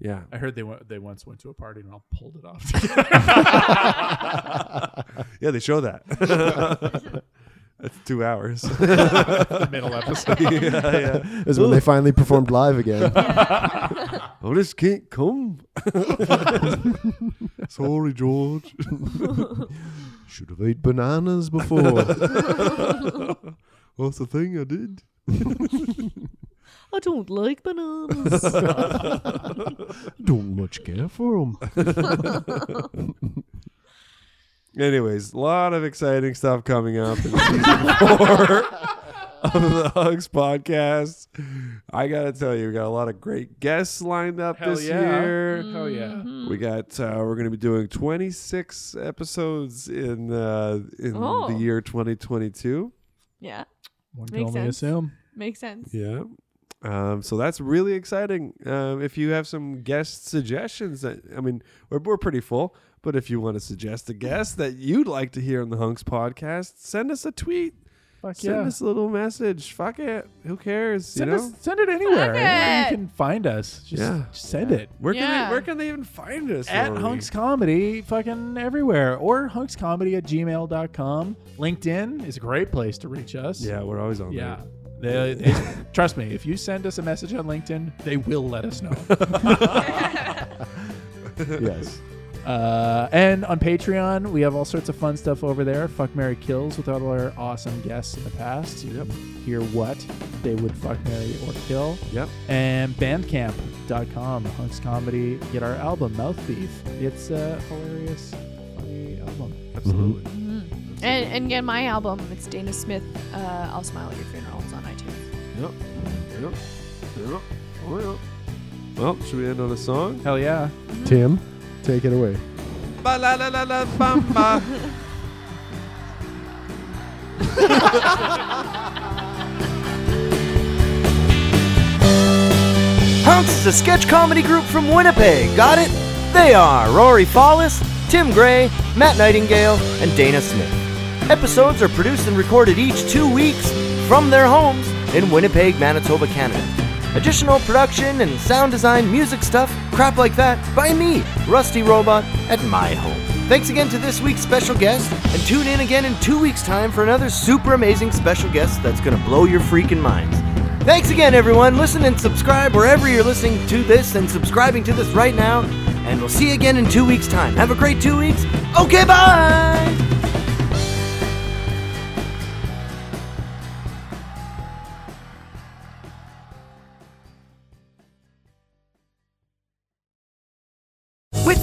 Speaker 2: yeah,
Speaker 5: I heard they went, they once went to a party and all pulled it off.
Speaker 2: yeah, they show that. That's two hours.
Speaker 5: the middle episode.
Speaker 2: yeah, yeah.
Speaker 1: is when they finally performed live again
Speaker 2: I just can't come. Sorry, George.
Speaker 1: should have ate bananas before
Speaker 2: That's the thing I did.
Speaker 4: i don't like bananas
Speaker 1: don't much care for them
Speaker 2: Anyways, a lot of exciting stuff coming up in season four of the Hugs podcast. I gotta tell you, we got a lot of great guests lined up
Speaker 5: Hell
Speaker 2: this
Speaker 5: yeah.
Speaker 2: year.
Speaker 4: Mm-hmm.
Speaker 5: Hell yeah.
Speaker 2: We got uh, we're gonna be doing 26 episodes in uh, in
Speaker 4: Oh.
Speaker 2: the year 2022.
Speaker 4: yeah
Speaker 5: One can
Speaker 4: Makes
Speaker 5: only
Speaker 4: sense.
Speaker 5: assume.
Speaker 4: makes sense
Speaker 2: Yeah. Um, so that's really exciting. Um, if you have some guest suggestions, that, I mean, we're, we're pretty full, but if you want to suggest a guest that you'd like to hear on the Hunks podcast, send us a tweet.
Speaker 5: Fuck
Speaker 2: Send
Speaker 5: yeah.
Speaker 2: us a little message. Fuck it. Who cares?
Speaker 5: send,
Speaker 2: you know?
Speaker 5: us, send it anywhere.
Speaker 4: Fuck
Speaker 5: Anywhere
Speaker 4: it.
Speaker 5: You can find us. Just,
Speaker 2: Yeah.
Speaker 5: just send it.
Speaker 2: where, can
Speaker 4: Yeah.
Speaker 2: they, where can they even find us?
Speaker 5: At
Speaker 2: Lori?
Speaker 5: Hunks Comedy, fucking everywhere. Or Hunks Comedy at gmail.com. LinkedIn is a great place to reach us.
Speaker 2: Yeah, we're always on
Speaker 5: Yeah.
Speaker 2: there.
Speaker 5: They, uh, they- trust me, if you send us a message on LinkedIn, they will let us know.
Speaker 1: yes
Speaker 5: uh, and on Patreon, we have all sorts of fun stuff over there. Fuck Mary Kills with all our awesome guests in the past. You can Hear what they would fuck, Mary, or kill.
Speaker 2: Yep.
Speaker 5: And bandcamp.com, Hunks Comedy. Get our album, Mouth Thief. It's a hilarious, funny album.
Speaker 2: Absolutely.
Speaker 4: and and again my album it's dana smith uh i'll smile at your funeral it's on itunes
Speaker 2: Yep. Yep. Yep. Oh, yeah. Well, should we end on a song?
Speaker 5: Hell yeah.
Speaker 1: tim take it away
Speaker 2: Ba la la la la bum ba.
Speaker 7: Hunks is a sketch comedy group from Winnipeg. Got it? They are Rory Fallis, Tim Gray, Matt Nightingale, and Dana Smith. Episodes are produced and recorded each two weeks from their homes in Winnipeg, Manitoba, Canada. Additional production and sound design, music stuff, crap like that, by me, Rusty Robot, at my home. Thanks again to this week's special guest, and tune in again in two weeks' time for another super amazing special guest that's gonna blow your freaking minds. Thanks again, everyone. Listen and subscribe wherever you're listening to this and subscribing to this right now. And we'll see you again in two weeks' time. Have a great two weeks. Okay, bye.
Speaker 8: With